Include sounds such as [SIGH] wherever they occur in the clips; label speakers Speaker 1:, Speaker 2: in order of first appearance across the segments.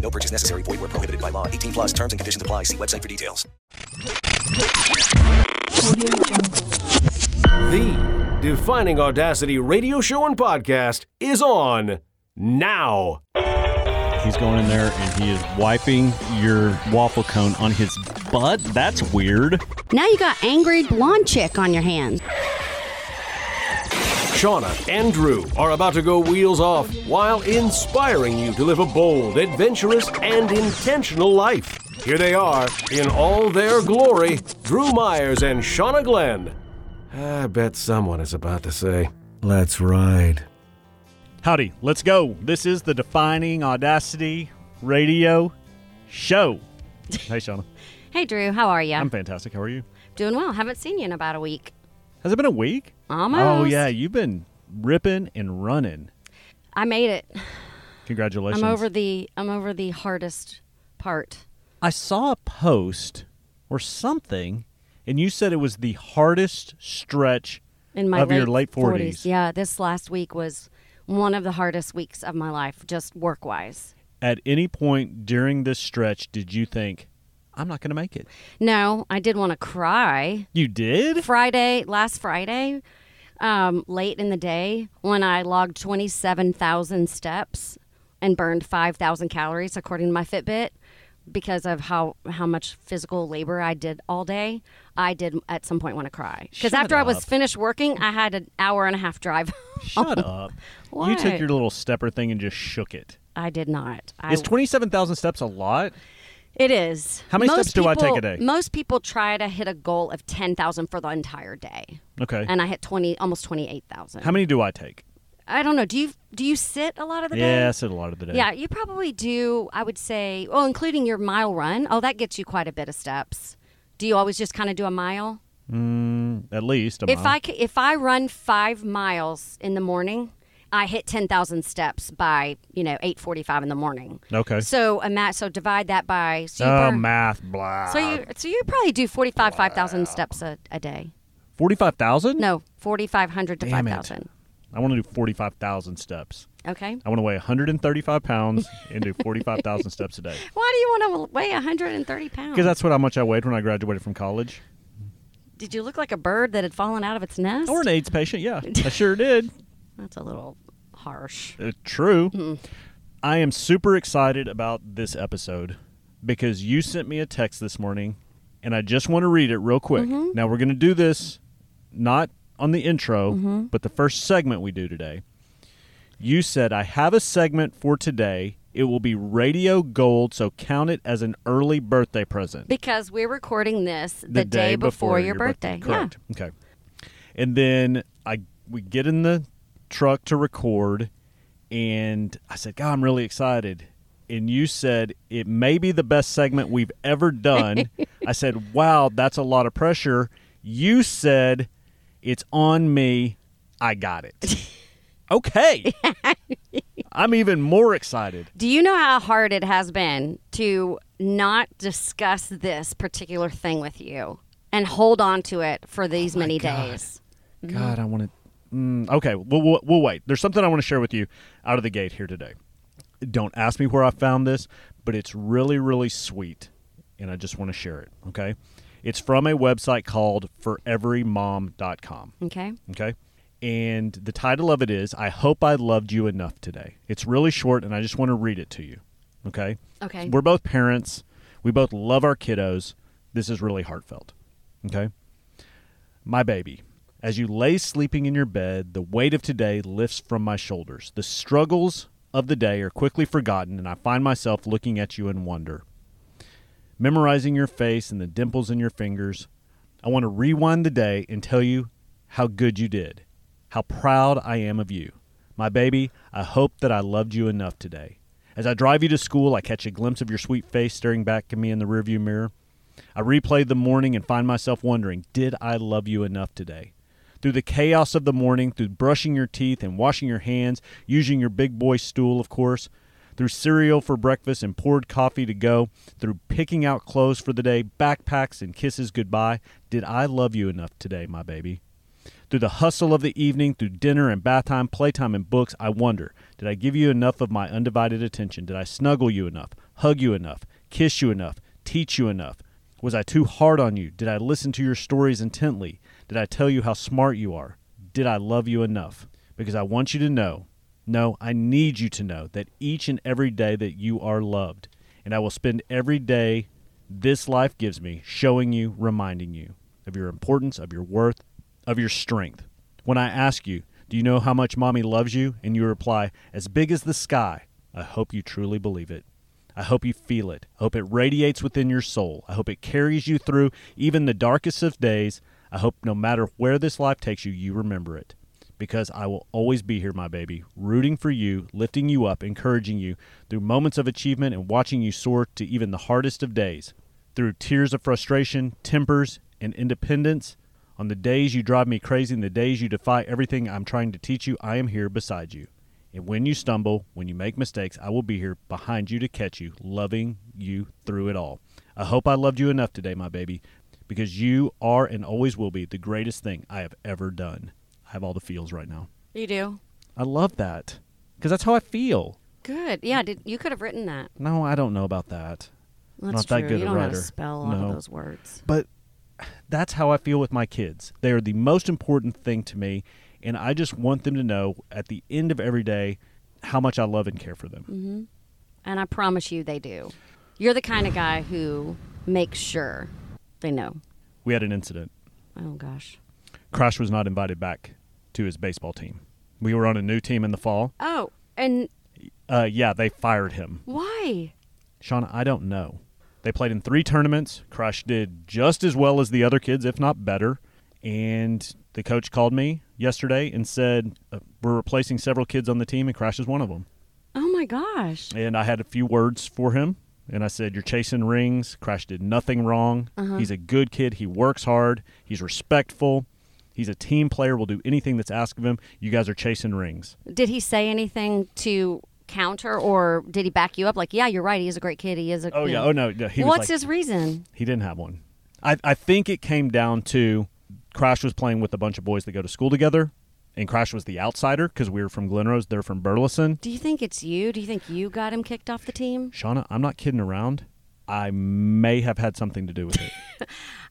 Speaker 1: No purchase necessary. Void where prohibited by law. 18 plus terms and conditions apply. See website for details.
Speaker 2: The Defining Audacity radio show and podcast is on now.
Speaker 3: He's going in there and he is wiping your waffle cone on his butt. That's weird.
Speaker 4: Now you got angry blonde chick on your hands.
Speaker 2: Shauna and Drew are about to go wheels off while inspiring you to live a bold, adventurous, and intentional life. Here they are, in all their glory, Drew Myers and Shauna Glenn. I bet someone is about to say, Let's ride.
Speaker 3: Howdy, let's go. This is the Defining Audacity radio [LAUGHS] show. Hey, Shauna.
Speaker 4: Hey, Drew, how are you?
Speaker 3: I'm fantastic. How are you?
Speaker 4: doing well. Haven't seen you in about a week.
Speaker 3: Has it been a week?
Speaker 4: Almost.
Speaker 3: Oh, yeah. You've been ripping and running.
Speaker 4: I made it.
Speaker 3: Congratulations.
Speaker 4: I'm over the I'm over the hardest part.
Speaker 3: I saw a post or something, and you said it was the hardest stretch
Speaker 4: in my
Speaker 3: of
Speaker 4: late
Speaker 3: your late 40s.
Speaker 4: 40s. Yeah, this last week was one of the hardest weeks of my life, just work wise.
Speaker 3: At any point during this stretch, did you think, I'm not going to make it?
Speaker 4: No, I did want to cry.
Speaker 3: You did?
Speaker 4: Friday, last Friday, um, late in the day, when I logged 27,000 steps and burned 5,000 calories, according to my Fitbit, because of how, how much physical labor I did all day, I did at some point want to cry. Because
Speaker 3: Shut
Speaker 4: after I was
Speaker 3: up.
Speaker 4: finished working, I had an hour and a half drive. [LAUGHS]
Speaker 3: Shut
Speaker 4: Oh,
Speaker 3: up. You took
Speaker 4: What?
Speaker 3: your little stepper thing and just shook it.
Speaker 4: I did not. I,
Speaker 3: Is 27,000 steps a lot?
Speaker 4: it is.
Speaker 3: How many
Speaker 4: Most
Speaker 3: steps do I take a
Speaker 4: people-
Speaker 3: day?
Speaker 4: Most people try to hit a goal of 10,000 for the entire day.
Speaker 3: Okay.
Speaker 4: And I hit 20, almost 28,000.
Speaker 3: How many do I take?
Speaker 4: I don't know. Do you do you sit a lot of the day?
Speaker 3: Yeah, I said a lot of the day.
Speaker 4: Yeah, you probably do. I would say, well, including your mile run. Oh, that gets you quite a bit of steps. Do you always just kind of do a mile?
Speaker 3: Mm, at least a
Speaker 4: If I c- if I run five miles in the morning, I hit ten thousand steps by you know eight forty five in the morning.
Speaker 3: Okay.
Speaker 4: So a mat. So divide that by. So you
Speaker 3: Oh,
Speaker 4: burn-
Speaker 3: math, blah.
Speaker 4: so you so you probably do forty five five thousand steps a, a day.
Speaker 3: 45,000?
Speaker 4: No, forty five hundred to
Speaker 3: Damn
Speaker 4: five
Speaker 3: it.
Speaker 4: thousand.
Speaker 3: I want to do 45,000 steps.
Speaker 4: Okay.
Speaker 3: I want to weigh 135
Speaker 4: [LAUGHS]
Speaker 3: pounds and do 45,000 steps a day.
Speaker 4: Why do you want to weigh hundred and thirty pounds?
Speaker 3: Because that's what how much I weighed when I graduated from college.
Speaker 4: Did you look like a bird that had fallen out of its nest?
Speaker 3: Or an AIDS patient, yeah. I sure did.
Speaker 4: That's a little harsh.
Speaker 3: Uh, true. I am super excited about this episode because you sent me a text this morning, and I just want to read it real quick. Now we're going to do this not on the intro, but the first segment we do today. You said I have a segment for today. It will be radio gold, so count it as an early birthday present.
Speaker 4: Because we're recording this the, day, before, your, birthday.
Speaker 3: Correct. Okay. And then I we get in the truck to record, and I said, "God, I'm really excited." And you said it may be the best segment we've ever
Speaker 4: [LAUGHS]
Speaker 3: done. I said, "Wow, that's a lot of pressure." You said, "It's on me. I got
Speaker 4: [LAUGHS]
Speaker 3: it." okay. I'm even more excited.
Speaker 4: Yeah. Do you know how hard it has been to not discuss this particular thing with you and hold on to it for these
Speaker 3: Oh
Speaker 4: many days?
Speaker 3: God, I want to. Mm, okay, we'll, we'll, we'll wait. There's something I want to share with you out of the gate here today. Don't ask me where I found this, but it's really, really sweet, and I just want to share it. Okay, it's from a website called ForeveryMom.com.
Speaker 4: Okay.
Speaker 3: Okay, and the title of it is "I Hope I Loved You Enough Today." It's really short, and I just want to read it to you. Okay.
Speaker 4: Okay.
Speaker 3: We're both parents. We both love our kiddos. This is really heartfelt. Okay. My baby, as you lay sleeping in your bed, the weight of today lifts from my shoulders. The struggles of the day are quickly forgotten, and I find myself looking at you in wonder. Memorizing your face and the dimples in your fingers, I want to rewind the day and tell you how good you did, how proud I am of you. My baby, I hope that I loved you enough today. As I drive you to school, I catch a glimpse of your sweet face staring back at me in the rearview mirror. I replay the morning and find myself wondering, did I love you enough today? Through the chaos of the morning, through brushing your teeth and washing your hands, using your big boy stool, of course, through cereal for breakfast and poured coffee to go, through picking out clothes for the day, backpacks and kisses goodbye, did I love you enough today, my baby? Through the hustle of the evening, through dinner and bath time, playtime and books, I wonder did I give you enough of my undivided attention? Did I snuggle you enough, hug you enough, kiss you enough, teach you enough? Was I too hard on you? Did I listen to your stories intently? Did I tell you how smart you are? Did I love you enough? Because I want you to know, no, I need you to know that each and every day that you are loved. And I will spend every day this life gives me showing you, reminding you of your importance, of your worth, of your strength. When I ask you, do you know how much mommy loves you? And you reply, as big as the sky. I hope you truly believe it. I hope you feel it. I hope it radiates within your soul. I hope it carries you through even the darkest of days. I hope no matter where this life takes you, you remember it. Because I will always be here, my baby, rooting for you, lifting you up, encouraging you through moments of achievement and watching you soar to even the hardest of days. Through tears of frustration, tempers, and independence, on the days you drive me crazy and the days you defy everything I'm trying to teach you, I am here beside you. And when you stumble, when you make mistakes, I will be here behind you to catch you, loving you through it all. I hope I loved you enough today, my baby, because you are and always will be the greatest thing I have ever done. I have all the feels right now.
Speaker 4: You do.
Speaker 3: I love that because that's how I feel.
Speaker 4: Good. Yeah, did, you could have written that.
Speaker 3: No, I don't know about that.
Speaker 4: That's
Speaker 3: Not
Speaker 4: true.
Speaker 3: that good
Speaker 4: you
Speaker 3: a
Speaker 4: don't know how to
Speaker 3: writer.
Speaker 4: spell all
Speaker 3: No.
Speaker 4: of those words.
Speaker 3: But that's how I feel with my kids. They are the most important thing to me, and I just want them to know at the end of every day how much I love and care for them.
Speaker 4: And I promise you they do. You're the kind of guy who makes sure they know.
Speaker 3: We had an incident.
Speaker 4: Oh, gosh.
Speaker 3: Crash was not invited back to his baseball team. We were on a new team in the fall.
Speaker 4: Oh, and
Speaker 3: Uh, yeah, they fired him.
Speaker 4: why?
Speaker 3: Shauna, I don't know. They played in three tournaments. Crash did just as well as the other kids, if not better. And the coach called me yesterday and said, uh, We're replacing several kids on the team, and Crash is one of them.
Speaker 4: Oh, my gosh.
Speaker 3: and I had a few words for him. And I said, "You're chasing rings. Crash did nothing wrong. He's a good kid. He works hard. He's respectful. He's a team player. Will do anything that's asked of him. You guys are chasing rings.
Speaker 4: Did he say anything to counter or did he back you up? Like, yeah, you're right. He is a great kid. He is a.
Speaker 3: Oh
Speaker 4: you
Speaker 3: yeah.
Speaker 4: know.
Speaker 3: Oh no. no, He was
Speaker 4: What's
Speaker 3: like,
Speaker 4: his reason?
Speaker 3: He didn't have one. I I think it came down to Crash was playing with a bunch of boys that go to school together, and Crash was the outsider because we were from Glenrose. They're from Burleson.
Speaker 4: Do you think it's you? Do you think you got him kicked off the team?
Speaker 3: Shauna, I'm not kidding around. I may have had something to do with it.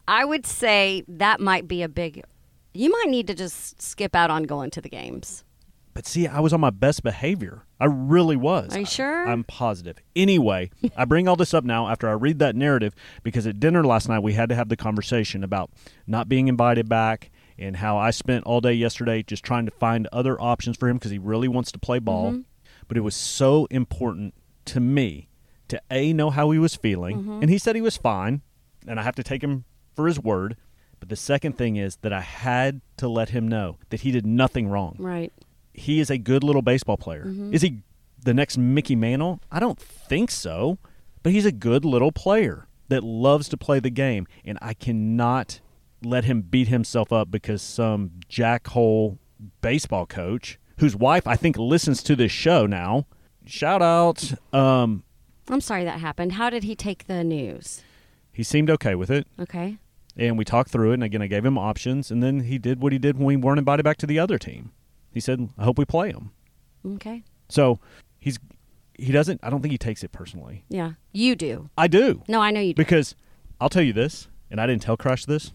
Speaker 4: I would say that might be a big. You might need to just skip out on going to the games.
Speaker 3: But see, I was on my best behavior. I really was.
Speaker 4: Are you
Speaker 3: I-
Speaker 4: sure?
Speaker 3: I'm positive. Anyway, I bring all this up now after I read that narrative because at dinner last night we had to have the conversation about not being invited back and how I spent all day yesterday just trying to find other options for him because he really wants to play
Speaker 4: Mm-hmm.
Speaker 3: ball. But it was so important to me to A, know how he was feeling.
Speaker 4: Mm-hmm.
Speaker 3: And he said he was fine. And I have to take him for his word. But the second thing is that I had to let him know that he did nothing wrong
Speaker 4: Right.
Speaker 3: he is a good little baseball player. Is he the next Mickey Mantle? I don't think so, but he's a good little player that loves to play the game, and I cannot let him beat himself up because some jackhole baseball coach, whose wife I think listens to this show now, shout out. Um,
Speaker 4: I'm sorry that happened. How did he take the news?
Speaker 3: he seemed okay with it,
Speaker 4: Okay.
Speaker 3: and we talked through it. And again, I gave him options, and then he did what he did when we weren't invited back to the other team. He said, "I hope we play him."
Speaker 4: Okay.
Speaker 3: So he's he doesn't. I don't think he takes it personally.
Speaker 4: Yeah. You do.
Speaker 3: I do
Speaker 4: No, I know you do.
Speaker 3: because I'll tell you this, and I didn't tell Crash this.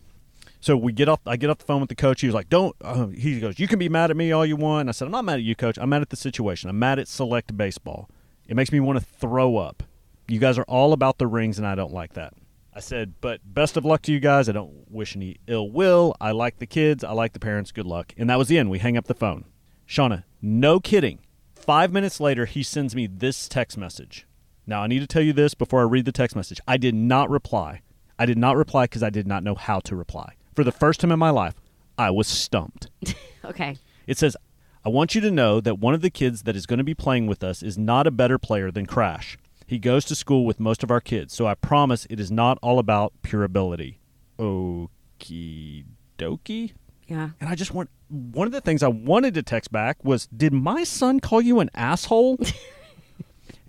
Speaker 3: So we get off. I get off the phone with the coach. He was like, "Don't." Uh, he goes, "You can be mad at me all you want." And I said, "I'm not mad at you, coach. I'm mad at the situation. I'm mad at select baseball. It makes me want to throw up. You guys are all about the rings, and I don't like that." I said, "But best of luck to you guys. I don't wish any ill will. I like the kids. I like the parents. Good luck." And that was the end. We hang up the phone. Shauna, no kidding. Five minutes later, he sends me this text message. Now, I need to tell you this before I read the text message. I did not reply. I did not reply because I did not know how to reply. For the first time in my life, I was stumped.
Speaker 4: Okay.
Speaker 3: It says, I want you to know that one of the kids that is going to be playing with us is not a better player than Crash. He goes to school with most of our kids, so I promise it is not all about pure ability. Okie dokie.
Speaker 4: Yeah.
Speaker 3: And I just want one of the things I wanted to text back was, did my son call you an
Speaker 4: [LAUGHS]
Speaker 3: asshole?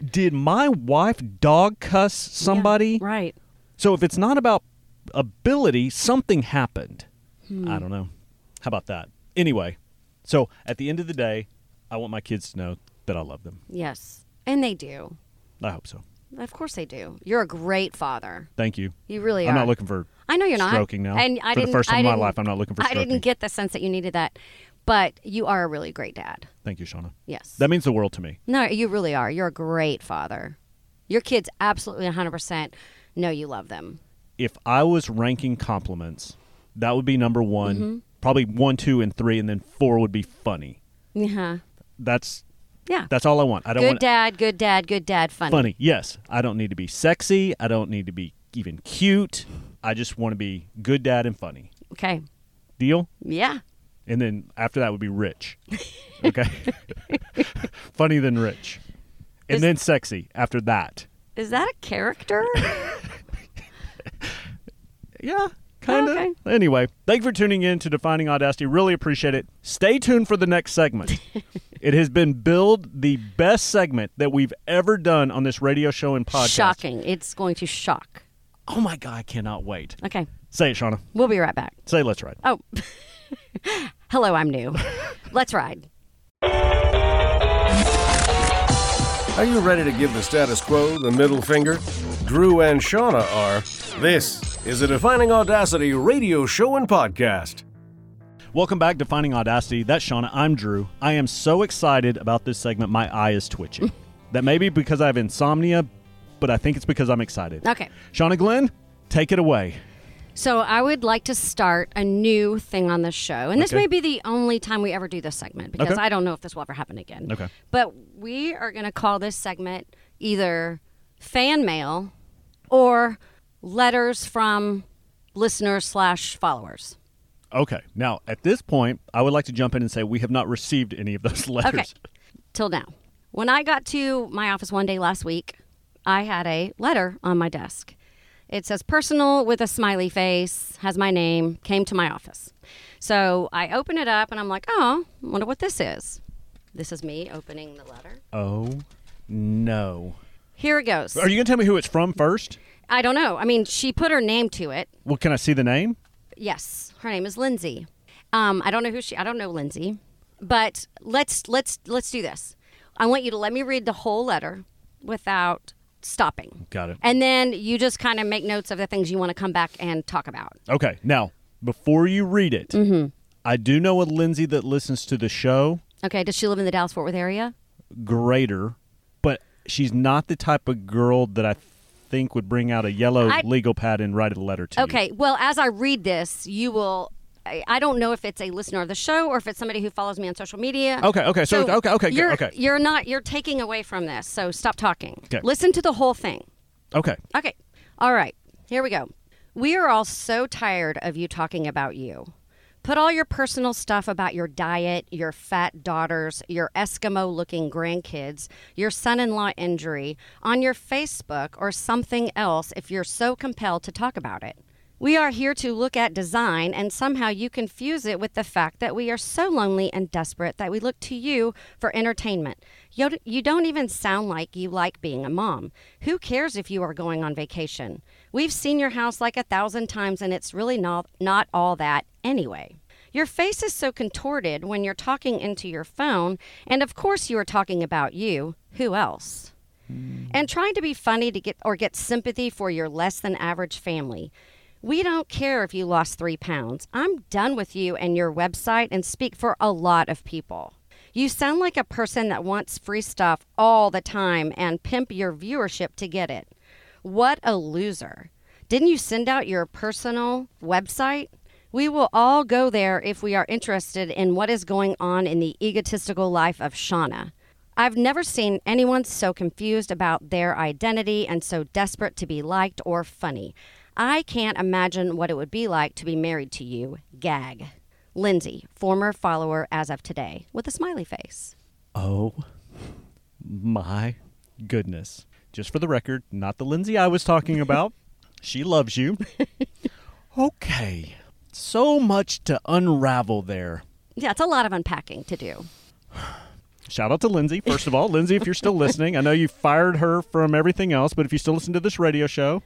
Speaker 3: did my wife dog cuss somebody?
Speaker 4: Yeah, right.
Speaker 3: So if it's not about ability, something happened.
Speaker 4: Hmm.
Speaker 3: I don't know. How about that? Anyway, so at the end of the day, I want my kids to know that I love them.
Speaker 4: Yes. And they do.
Speaker 3: I hope so.
Speaker 4: Of course they do. You're a great father.
Speaker 3: Thank you.
Speaker 4: You really
Speaker 3: I'm
Speaker 4: are.
Speaker 3: not looking for.
Speaker 4: I know you're not
Speaker 3: stroking now.
Speaker 4: And I
Speaker 3: For the
Speaker 4: didn't,
Speaker 3: first time
Speaker 4: I
Speaker 3: in my
Speaker 4: didn't-
Speaker 3: life, I'm not looking for
Speaker 4: I
Speaker 3: stroking.
Speaker 4: didn't get the sense that you needed that, but you are a really great dad.
Speaker 3: Thank you, Shauna.
Speaker 4: Yes.
Speaker 3: That means the world to me.
Speaker 4: no, you really are. You're a great father. Your kids absolutely 100% know you love them.
Speaker 3: If I was ranking compliments, that would be number one.
Speaker 4: Mm-hmm.
Speaker 3: Probably one, two, and three, and then four would be funny.
Speaker 4: Yeah.
Speaker 3: That's
Speaker 4: Yeah.
Speaker 3: that's all I want. I don't
Speaker 4: good
Speaker 3: want
Speaker 4: dad, good dad, good dad, funny.
Speaker 3: funny. Yes, I don't need to be sexy. I don't need to be even cute. I just want to be good dad and funny.
Speaker 4: Okay.
Speaker 3: Deal?
Speaker 4: Yeah.
Speaker 3: and then after that would be
Speaker 4: [LAUGHS]
Speaker 3: rich. Okay, [LAUGHS] funny then rich, and
Speaker 4: Is-
Speaker 3: then sexy after that.
Speaker 4: Is that a character?
Speaker 3: Yeah, kind of.
Speaker 4: Okay.
Speaker 3: Anyway, thank you for tuning in to Defining Audacity. Really appreciate it. Stay tuned for the next segment. it has been billed the best segment that we've ever done on this radio show and [LAUGHS] podcast.
Speaker 4: Shocking. It's going to shock.
Speaker 3: Oh my god, I cannot wait.
Speaker 4: Okay.
Speaker 3: Say it, Shauna.
Speaker 4: We'll be right back.
Speaker 3: Say let's ride.
Speaker 4: Oh. [LAUGHS] Hello, I'm new.
Speaker 3: [LAUGHS]
Speaker 4: Let's ride.
Speaker 2: Are you ready to give the status quo the middle finger? Drew and Shauna are. This is a Defining Audacity radio show and podcast.
Speaker 3: Welcome back, Defining Audacity. That's Shauna. I'm Drew. I am so excited about this segment. My eye is twitching. that may be because I have insomnia, but I think it's because I'm excited.
Speaker 4: Okay.
Speaker 3: Shauna Glenn, take it away.
Speaker 4: So I would like to start a new thing on this show, and this
Speaker 3: Okay.
Speaker 4: may be the only time we ever do this segment because
Speaker 3: Okay.
Speaker 4: I don't know if this will ever happen again.
Speaker 3: Okay.
Speaker 4: But we are going to call this segment either fan mail or letters from listeners slash followers.
Speaker 3: Okay. Now, at this point, I would like to jump in and say we have not received any of those [LAUGHS] letters.
Speaker 4: Okay. Till now. When I got to my office one day last week, I had a letter on my desk. It says personal with a smiley face, has my name, came to my office. So I open it up and I'm like, oh, wonder what this is. This is me opening the letter.
Speaker 3: Oh no.
Speaker 4: Here it goes.
Speaker 3: Are you going to tell me who it's from first?
Speaker 4: I don't know. I mean, she put her name to it.
Speaker 3: Well, can I see the name?
Speaker 4: Yes, her name is Lindsay. Um, I don't know who she. I don't know Lindsay, but let's let's let's do this. I want you to let me read the whole letter without stopping.
Speaker 3: Got it.
Speaker 4: And then you just kind of make notes of the things you want to come back and talk about.
Speaker 3: Okay. Now, before you read it,
Speaker 4: Mm-hmm.
Speaker 3: I do know a Lindsay that listens to the show.
Speaker 4: Okay. Does she live in the Dallas Fort Worth area?
Speaker 3: greater, but she's not the type of girl that I think would bring out a yellow
Speaker 4: I-
Speaker 3: legal pad and write a letter to you.
Speaker 4: Okay. Well, as I read this, you will. I, I don't know if it's a listener of the show or if it's somebody who follows me on social media.
Speaker 3: Okay, okay, so it's- okay, okay, good,
Speaker 4: You're,
Speaker 3: okay.
Speaker 4: You're not. You're taking away from this. So stop talking.
Speaker 3: 'Kay.
Speaker 4: Listen to the whole thing.
Speaker 3: Okay.
Speaker 4: Okay. All right. Here we go. We are all so tired of you talking about you. Put all your personal stuff about your diet, your fat daughters, your Eskimo looking grandkids, your son in law injury on your Facebook or something else if you're so compelled to talk about it. We are here to look at design, and somehow you confuse it with the fact that we are so lonely and desperate that we look to you for entertainment. You d- you don't even sound like you like being a mom. Who cares if you are going on vacation? We've seen your house like a thousand times, and it's really not, not all that anyway. Your face is so contorted when you're talking into your phone, and of course, you are talking about you. Who else? and trying to be funny to get or get sympathy for your less than average family. We don't care if you lost three pounds. I'm done with you and your website and speak for a lot of people. You sound like a person that wants free stuff all the time and pimp your viewership to get it. What a loser. Didn't you send out your personal website? We will all go there if we are interested in what is going on in the egotistical life of Shauna. I've never seen anyone so confused about their identity and so desperate to be liked or funny. I can't imagine what it would be like to be married to you. Gag. Lindsay, former follower as of today, with a smiley face.
Speaker 3: Oh my Oh goodness. just for the record, not the Lindsay I was talking about. she loves you. okay. So much to unravel there.
Speaker 4: Yeah, it's a lot of unpacking to do.
Speaker 3: Shout out to Lindsay, first of all. Lindsay, if you're still listening, I know you fired her from everything else, but if you still listen to this radio show,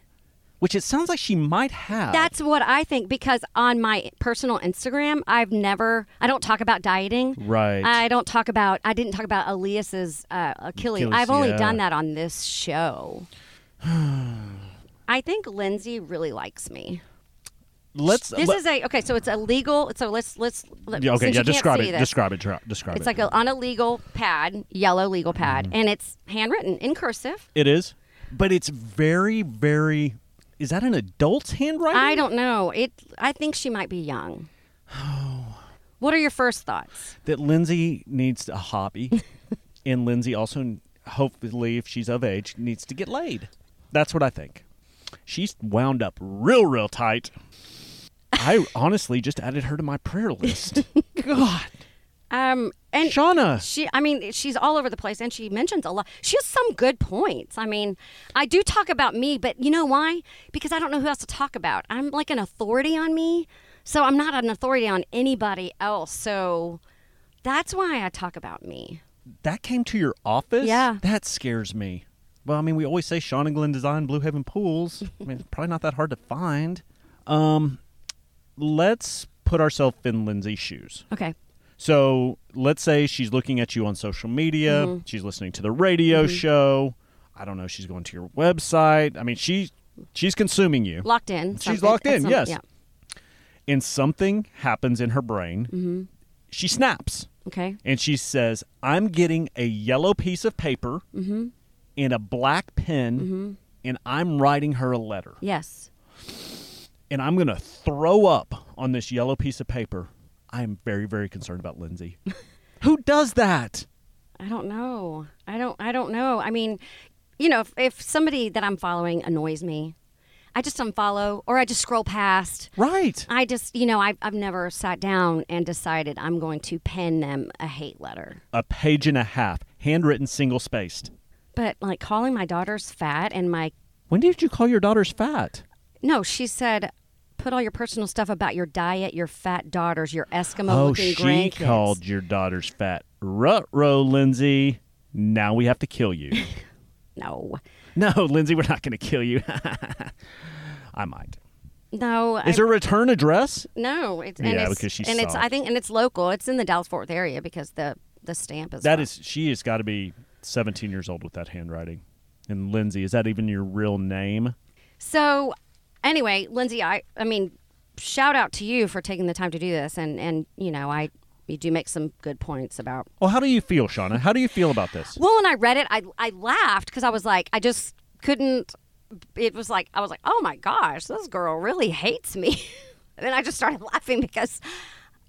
Speaker 3: which it sounds like she might have.
Speaker 4: That's what I think because on my personal Instagram, I've never, I don't talk about dieting.
Speaker 3: Right.
Speaker 4: I don't talk about, I didn't talk about Elias's uh, Achilles.
Speaker 3: Achilles,
Speaker 4: I've only
Speaker 3: yeah.
Speaker 4: done that on
Speaker 3: [SIGHS]
Speaker 4: this show. I think Lindsay really likes me.
Speaker 3: let's
Speaker 4: This
Speaker 3: let-
Speaker 4: is a okay, so it's illegal. So let's let's. Let,
Speaker 3: Yeah, okay,
Speaker 4: since
Speaker 3: yeah,
Speaker 4: you can't
Speaker 3: describe
Speaker 4: see
Speaker 3: it,
Speaker 4: this,
Speaker 3: describe it. dra- Describe
Speaker 4: It's
Speaker 3: it. Mm-hmm.
Speaker 4: like a, on a legal pad, yellow legal pad, and it's handwritten in cursive.
Speaker 3: It is, but it's very, very. Is that an adult's handwriting?
Speaker 4: I don't know. It. I think she might be young.
Speaker 3: [SIGHS]
Speaker 4: What are your first thoughts?
Speaker 3: that Lindsay needs a hobby, and Lindsay also, hopefully, if she's of age, needs to get laid. That's what I think. She's wound up real, real tight. I honestly just added her to my prayer list. God,
Speaker 4: Um, and
Speaker 3: Shauna,
Speaker 4: she. I mean, she's all over the place, and she mentions a lot. She has some good points. I mean, I do talk about me, but you know why? Because I don't know who else to talk about. I'm like an authority on me, so I'm not an authority on anybody else. So that's why I talk about me.
Speaker 3: that came to your office.
Speaker 4: Yeah.
Speaker 3: that scares me. Well, I mean, we always say Shauna Glenn Design, Blue Heaven Pools. I mean, it's probably not that hard to find. Um, let's put ourselves in Lindsay's shoes.
Speaker 4: Okay.
Speaker 3: So let's say she's looking at you on social media, she's listening to the radio show. I don't know, she's going to your website. I mean, she she's consuming you,
Speaker 4: Locked in.
Speaker 3: She's
Speaker 4: something-
Speaker 3: locked in,
Speaker 4: some-
Speaker 3: yes.
Speaker 4: Yeah.
Speaker 3: and something happens in her brain. She snaps
Speaker 4: Okay.
Speaker 3: and she says, "I'm getting a yellow piece of paper and a black pen, and I'm writing her a letter,
Speaker 4: Yes.
Speaker 3: and I'm gonna throw up on this yellow piece of paper." I am very, very concerned about Lindsay. Who does that?
Speaker 4: I don't know. I don't. I don't know. I mean, you know, if, if somebody that I'm following annoys me, I just unfollow or I just scroll past.
Speaker 3: Right.
Speaker 4: I just, you know, I've, I've never sat down and decided I'm going to pen them a hate letter.
Speaker 3: a page and a half, handwritten, single spaced.
Speaker 4: But like calling my daughter's fat and my
Speaker 3: When did you call your daughter's fat?
Speaker 4: no, she said, put all your personal stuff about your diet, your fat daughters, your Eskimo
Speaker 3: Oh,
Speaker 4: looking
Speaker 3: she
Speaker 4: grandkids.
Speaker 3: called your daughter's fat. Rutro, Lindsay. Now we have to kill
Speaker 4: [LAUGHS]
Speaker 3: you.
Speaker 4: no,
Speaker 3: no, Lindsay, we're not going to kill you. [LAUGHS] I might.
Speaker 4: no. I-
Speaker 3: Is her return address?
Speaker 4: no? It's,
Speaker 3: Yeah,
Speaker 4: and it's,
Speaker 3: because she's
Speaker 4: and it's
Speaker 3: soft.
Speaker 4: I think and it's local. It's in the Dallas Fort Worth area because the the stamp is
Speaker 3: That is, she has got to be 17 years old with that handwriting. And Lindsay, is that even your real name?
Speaker 4: So, anyway, Lindsay, I I mean, shout out to you for taking the time to do this, and and you know, I you do make some good points about.
Speaker 3: Well, how do you feel, Shauna? How do you feel about this?
Speaker 4: Well, when I read it, I I laughed because I was like, I just couldn't. It was like I was like, oh my gosh, this girl really hates me. [LAUGHS] and then I just started [LAUGHS] laughing because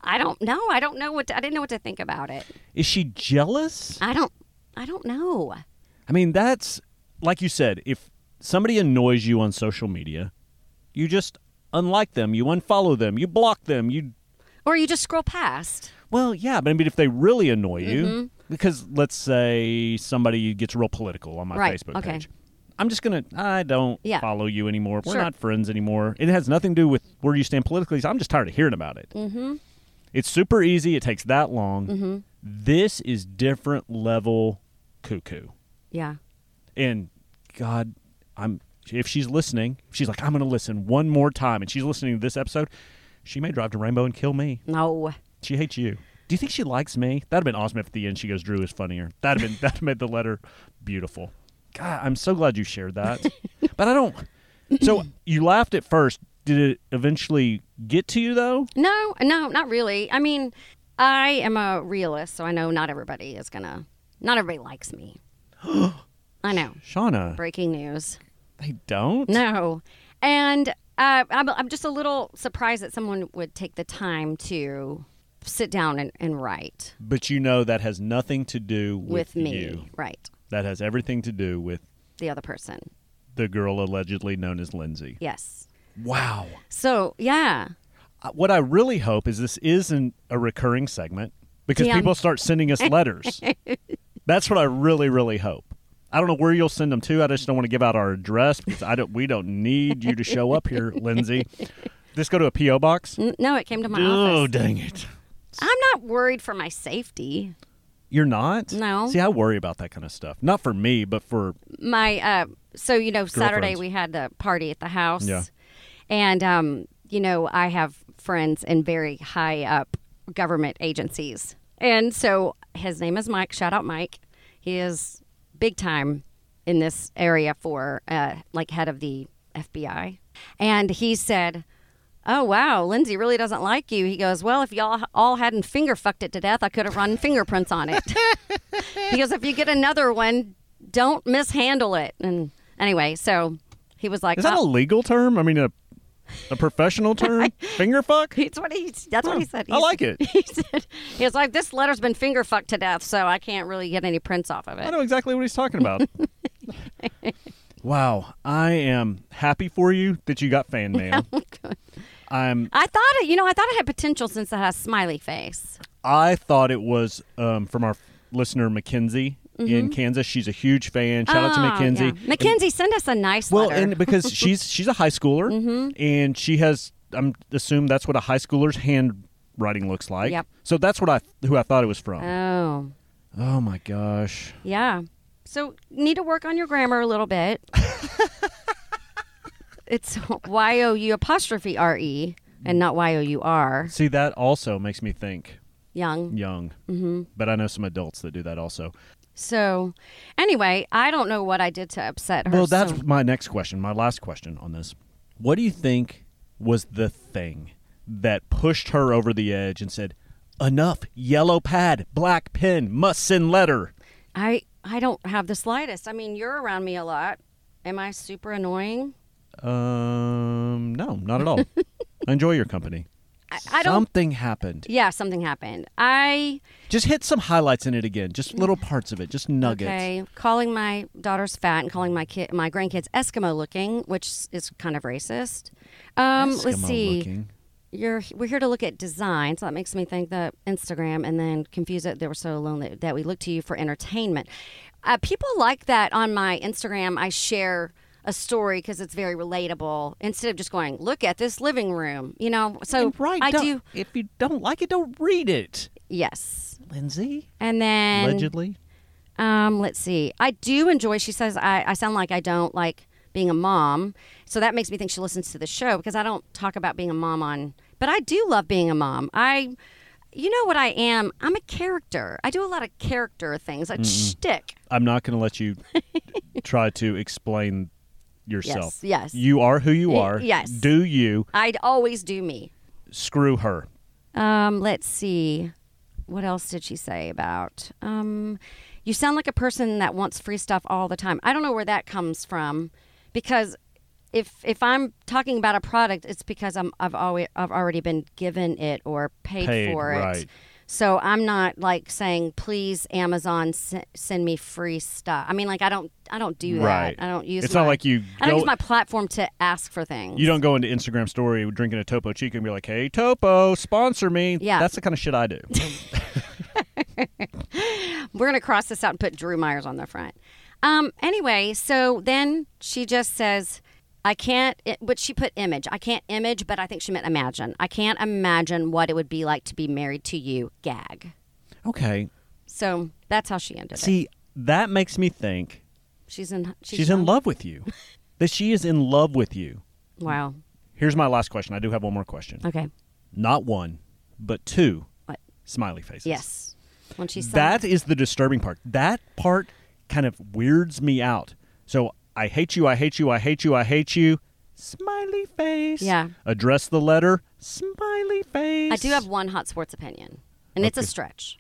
Speaker 4: I don't know. I don't know what to, I didn't know what to think about it.
Speaker 3: Is she jealous?
Speaker 4: I don't. I don't know.
Speaker 3: I mean, that's like you said, if somebody annoys you on social media, you just unlike them, you unfollow them, you block them, you
Speaker 4: Or you just scroll past.
Speaker 3: well, yeah, but I mean if they really annoy you,
Speaker 4: Mm-hmm.
Speaker 3: because let's say somebody gets real political on my
Speaker 4: Right,
Speaker 3: Facebook
Speaker 4: okay.
Speaker 3: page. I'm just going to I don't
Speaker 4: Yeah.
Speaker 3: follow you anymore. We're
Speaker 4: Sure.
Speaker 3: not friends anymore. It has nothing to do with where you stand politically. so I'm just tired of hearing about it. Mhm.
Speaker 4: Mm-hmm.
Speaker 3: It's super easy. It takes that long. This is different level cuckoo
Speaker 4: Yeah.
Speaker 3: and God, I'm if she's listening, she's like, I'm gonna listen one more time, and she's listening to this episode. She may drive to Rainbow and kill me.
Speaker 4: No.
Speaker 3: She hates you. Do you think she likes me? That'd have been awesome if at the end she goes, Drew is funnier. That'd have been [LAUGHS] that made the letter beautiful. God, I'm so glad you shared
Speaker 4: [LAUGHS]
Speaker 3: that. but I don't. So you laughed at first. Did it eventually get to you though?
Speaker 4: No, no, not really. I mean, I am a realist, so I know not everybody is gonna, not everybody likes me. I know.
Speaker 3: Shauna,
Speaker 4: Breaking news.
Speaker 3: they don't.
Speaker 4: No, and uh, I'm, I'm just a little surprised that someone would take the time to sit down and, and write
Speaker 3: But you know that has nothing to do
Speaker 4: with,
Speaker 3: with,
Speaker 4: me,
Speaker 3: you.
Speaker 4: right?
Speaker 3: That has everything to do with
Speaker 4: The other person.
Speaker 3: the girl allegedly known as Lindsay.
Speaker 4: Yes.
Speaker 3: Wow.
Speaker 4: So yeah,
Speaker 3: What I really hope is this isn't a recurring segment because
Speaker 4: Yeah. [LAUGHS]
Speaker 3: people start sending us letters. That's what I really, really hope. I don't know where you'll send them to. I just don't want to give out our address because I don't. We don't need you to show up
Speaker 4: [LAUGHS]
Speaker 3: here, Lindsay. Just go to a PO box.
Speaker 4: N- No, it came to my
Speaker 3: Oh,
Speaker 4: office.
Speaker 3: dang it!
Speaker 4: I'm not worried for my safety.
Speaker 3: You're not.
Speaker 4: No.
Speaker 3: See, I worry about that kind of stuff. Not for me, but for
Speaker 4: my uh so you know saturday
Speaker 3: Girlfriends.
Speaker 4: we had the party at the house
Speaker 3: Yeah.
Speaker 4: and um you know i have friends in very high up government agencies and so his name is mike shout out mike he is big time in this area for uh like head of the fbi and he said Oh wow, Lindsay really doesn't like you. He goes, "Well, if y'all all hadn't finger fucked it to death, I could have run fingerprints on it." He goes, if you get another one, don't mishandle it. And anyway, so he was like,
Speaker 3: is that a
Speaker 4: [LAUGHS] oh,
Speaker 3: legal term? I mean, a a
Speaker 4: [LAUGHS]
Speaker 3: professional term? Finger fuck.
Speaker 4: it's what he, that's what he said. He
Speaker 3: I
Speaker 4: said-
Speaker 3: like it.
Speaker 4: [LAUGHS] He said, he was like, this letter's been finger fucked to death, so I can't really get any prints off of
Speaker 3: I
Speaker 4: it.
Speaker 3: know exactly what he's talking about. [LAUGHS] wow, I am happy for you that you got fan [LAUGHS] mail. I'm
Speaker 4: I thought it, you know, I thought it had potential since it has smiley face.
Speaker 3: I thought it was um, from our listener Mackenzie in Kansas. She's a huge fan. Shout out to Mm-hmm.
Speaker 4: Oh,
Speaker 3: Ah, Mackenzie.
Speaker 4: yeah. Mackenzie, send us a nice
Speaker 3: Well,
Speaker 4: letter.
Speaker 3: and [LAUGHS] because she's she's a high schooler, and she has I'm assume that's what a high schooler's handwriting looks like.
Speaker 4: Yep.
Speaker 3: So that's what I who I thought it was from.
Speaker 4: oh,
Speaker 3: oh my gosh.
Speaker 4: yeah. So need to work on your grammar a
Speaker 3: [LAUGHS]
Speaker 4: little bit. it's Y O U apostrophe R E and not Y O U R.
Speaker 3: See, that also makes me think
Speaker 4: Young.
Speaker 3: young. Mm-hmm. But I know some adults that do that also.
Speaker 4: So, anyway, I don't know what I did to upset her.
Speaker 3: Well, that's
Speaker 4: so-
Speaker 3: my next question, my last question on this. What do you think was the thing that pushed her over the edge and said, "Enough, yellow pad, black pen, must send letter."
Speaker 4: I I don't have the slightest. I mean, you're around me a lot. Am I super annoying?
Speaker 3: Um, no, not at
Speaker 4: [LAUGHS]
Speaker 3: all. I enjoy your company.
Speaker 4: I, I don't.
Speaker 3: Something happened.
Speaker 4: Yeah, something happened. I
Speaker 3: Just hit some highlights in it again, just little parts of it, just nuggets.
Speaker 4: okay. Calling my daughters fat and calling my kid my grandkids Eskimo looking, which is kind of racist. Um, let's
Speaker 3: Eskimo
Speaker 4: see.
Speaker 3: looking.
Speaker 4: You're we're here to look at design, so that makes me think that Instagram, and then confuse it. They were so alone that, that we look to you for entertainment. Uh, people like that on my Instagram. I share a story because it's very relatable instead of just going look at this living room. You know, so
Speaker 3: And right,
Speaker 4: Oh, I
Speaker 3: don't-
Speaker 4: do.
Speaker 3: If you don't like it, don't read it,
Speaker 4: Yes,
Speaker 3: Lindsay.
Speaker 4: and then
Speaker 3: Allegedly,
Speaker 4: Um, let's see. I do enjoy. She says I, I sound like I don't like being a mom, so that makes me think she listens to the show because I don't talk about being a mom on. But I do love being a mom. I, you know what I am? I'm a character. I do a lot of character things, a shtick.
Speaker 3: I'm not going to let
Speaker 4: [LAUGHS]
Speaker 3: you try to explain yourself.
Speaker 4: Yes, yes.
Speaker 3: You are who you
Speaker 4: Y-
Speaker 3: are.
Speaker 4: yes.
Speaker 3: Do you
Speaker 4: I'd always do me.
Speaker 3: screw her?
Speaker 4: Um, let's see. What else did she say about? Um, you sound like a person that wants free stuff all the time. I don't know where that comes from, because if if I'm talking about a product, it's because I'm I've always I've already been given it or paid,
Speaker 3: Paid,
Speaker 4: for
Speaker 3: right.
Speaker 4: it. So I'm not like saying, please Amazon s- send me free stuff. I mean, like I don't I don't do that.
Speaker 3: Right.
Speaker 4: I don't use.
Speaker 3: It's
Speaker 4: my,
Speaker 3: not like you
Speaker 4: I don't
Speaker 3: go-
Speaker 4: use my platform to ask for things.
Speaker 3: You don't go into Instagram story drinking a Topo Chico and be like, "Hey, Topo, sponsor me."
Speaker 4: Yeah.
Speaker 3: That's the kind of shit I do.
Speaker 4: [LAUGHS] We're going to cross this out and put Drew Myers on the front. Um, anyway, so then she just says, I can't, it, but she put image. I can't image, but I think she meant imagine. I can't imagine what it would be like to be married to you, gag.
Speaker 3: okay.
Speaker 4: So that's how she ended it.
Speaker 3: See, that makes me think
Speaker 4: She's in, she's,
Speaker 3: she's in love with
Speaker 4: [LAUGHS]
Speaker 3: you. that she is in love with you.
Speaker 4: Wow.
Speaker 3: Here's my last question. I do have one more question.
Speaker 4: Okay.
Speaker 3: Not one, but two
Speaker 4: What?
Speaker 3: smiley faces.
Speaker 4: Yes. When she said
Speaker 3: That is the disturbing part. That part kind of weirds me out. So I hate you, I hate you, I hate you, I hate you. Smiley face.
Speaker 4: Yeah.
Speaker 3: Address the letter. Smiley face.
Speaker 4: I do have one hot sports opinion, and it's a stretch.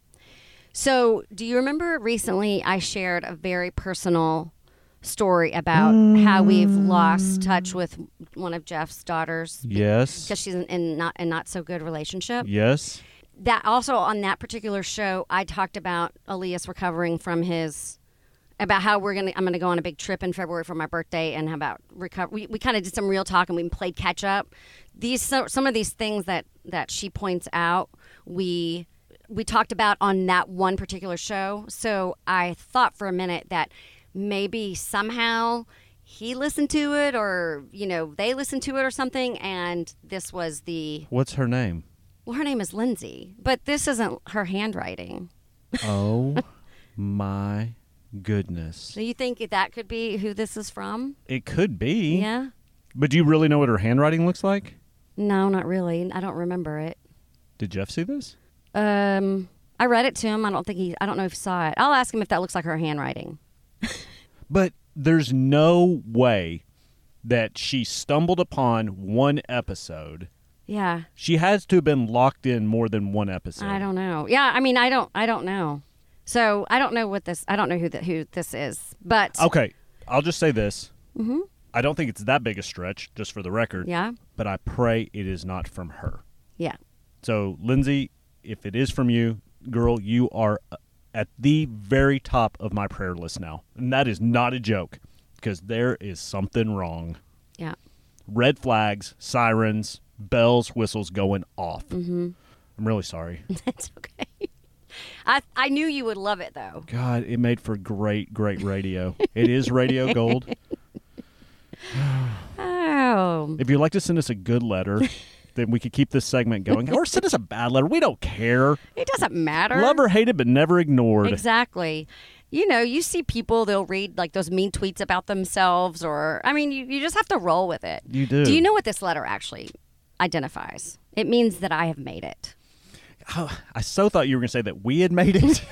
Speaker 4: So, do you remember recently I shared a very personal story about how we've lost touch with one of Jeff's daughters
Speaker 3: Yes.
Speaker 4: [LAUGHS] because she's in, in not in not so good relationship?
Speaker 3: Yes.
Speaker 4: That also on that particular show, I talked about Elias recovering from his about how we're gonna I'm gonna go on a big trip in February for my birthday and how about recover. We, we kind of did some real talk and we played catch up. These so, some of these things that that she points out we we talked about on that one particular show. So I thought for a minute that maybe somehow he listened to it or, you know, they listened to it or something. And this was the,
Speaker 3: What's her name?
Speaker 4: well, her name is Lindsay, but this isn't her handwriting. [LAUGHS]
Speaker 3: Oh my goodness.
Speaker 4: So you think that could be who this is from?
Speaker 3: It could be.
Speaker 4: Yeah.
Speaker 3: But do you really know what her handwriting looks like?
Speaker 4: No, not really. I don't remember it.
Speaker 3: Did Jeff see this?
Speaker 4: Um, I read it to him. I don't think he. I don't know if he saw it. I'll ask him if that looks like her handwriting.
Speaker 3: But there's no way that she stumbled upon one episode.
Speaker 4: Yeah,
Speaker 3: She has to have been locked in more than one episode.
Speaker 4: I don't know. Yeah, I mean, I don't. I don't know. So I don't know what this. I don't know who the, who this is. But
Speaker 3: Okay, I'll just say this. Mm-hmm. I don't think it's that big a stretch, just for the record.
Speaker 4: yeah,
Speaker 3: But I pray it is not from her.
Speaker 4: yeah,
Speaker 3: So, Lindsay, if it is from you, girl, you are uh, at the very top of my prayer list now. And that is not a joke because there is something wrong.
Speaker 4: yeah. [LAUGHS]
Speaker 3: Red flags, sirens, bells, whistles going off. Mm-hmm. I'm really sorry.
Speaker 4: That's okay. I I knew you would love it though.
Speaker 3: God, it made for great, great radio. it is radio
Speaker 4: [LAUGHS]
Speaker 3: gold.
Speaker 4: Oh,
Speaker 3: If you'd like to send us a good letter, then we could keep this segment going. Or send us a bad letter. We don't care.
Speaker 4: it doesn't matter.
Speaker 3: Love or hated, but never ignored.
Speaker 4: Exactly. You know, you see people, they'll read like those mean tweets about themselves, or, I mean, you, you just have to roll with it.
Speaker 3: You do.
Speaker 4: Do you know what this letter actually identifies? It means that I have made it.
Speaker 3: I so thought you were going to say that we had made it,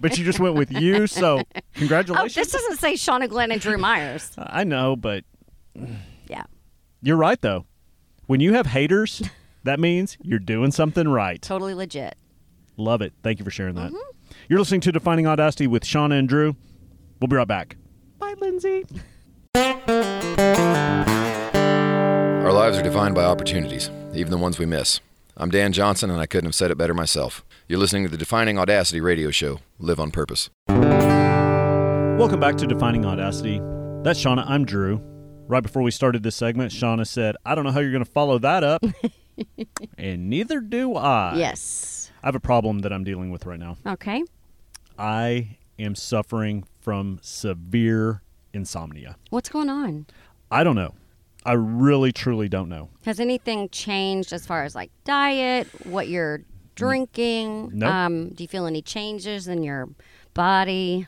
Speaker 3: but you just went with you. So
Speaker 4: Oh,
Speaker 3: congratulations.
Speaker 4: this doesn't say Shauna
Speaker 3: [LAUGHS]
Speaker 4: Glenn and Drew Myers.
Speaker 3: I know, but
Speaker 4: Yeah.
Speaker 3: you're right, though. When you have haters, that means you're doing something right.
Speaker 4: Totally legit.
Speaker 3: Love it. Thank you for sharing that. You're listening to Defining Audacity with Shauna and Drew. We'll be right back. Bye, Lindsay.
Speaker 5: Our lives are defined by opportunities, even the ones we miss. I'm Dan Johnson, and I couldn't have said it better myself. You're listening to the Defining Audacity radio show, Live on Purpose.
Speaker 3: Welcome back to Defining Audacity. That's Shauna. I'm Drew. Right before we started this segment, Shauna said, I don't know how you're going to follow that up. and neither do I.
Speaker 4: Yes.
Speaker 3: I have a problem that I'm dealing with right now.
Speaker 4: Okay.
Speaker 3: I am suffering from severe insomnia.
Speaker 4: What's going on?
Speaker 3: I don't know. I really, truly don't know.
Speaker 4: Has anything changed as far as like diet, what you're drinking?
Speaker 3: Nope.
Speaker 4: Um, do you feel any changes in your body?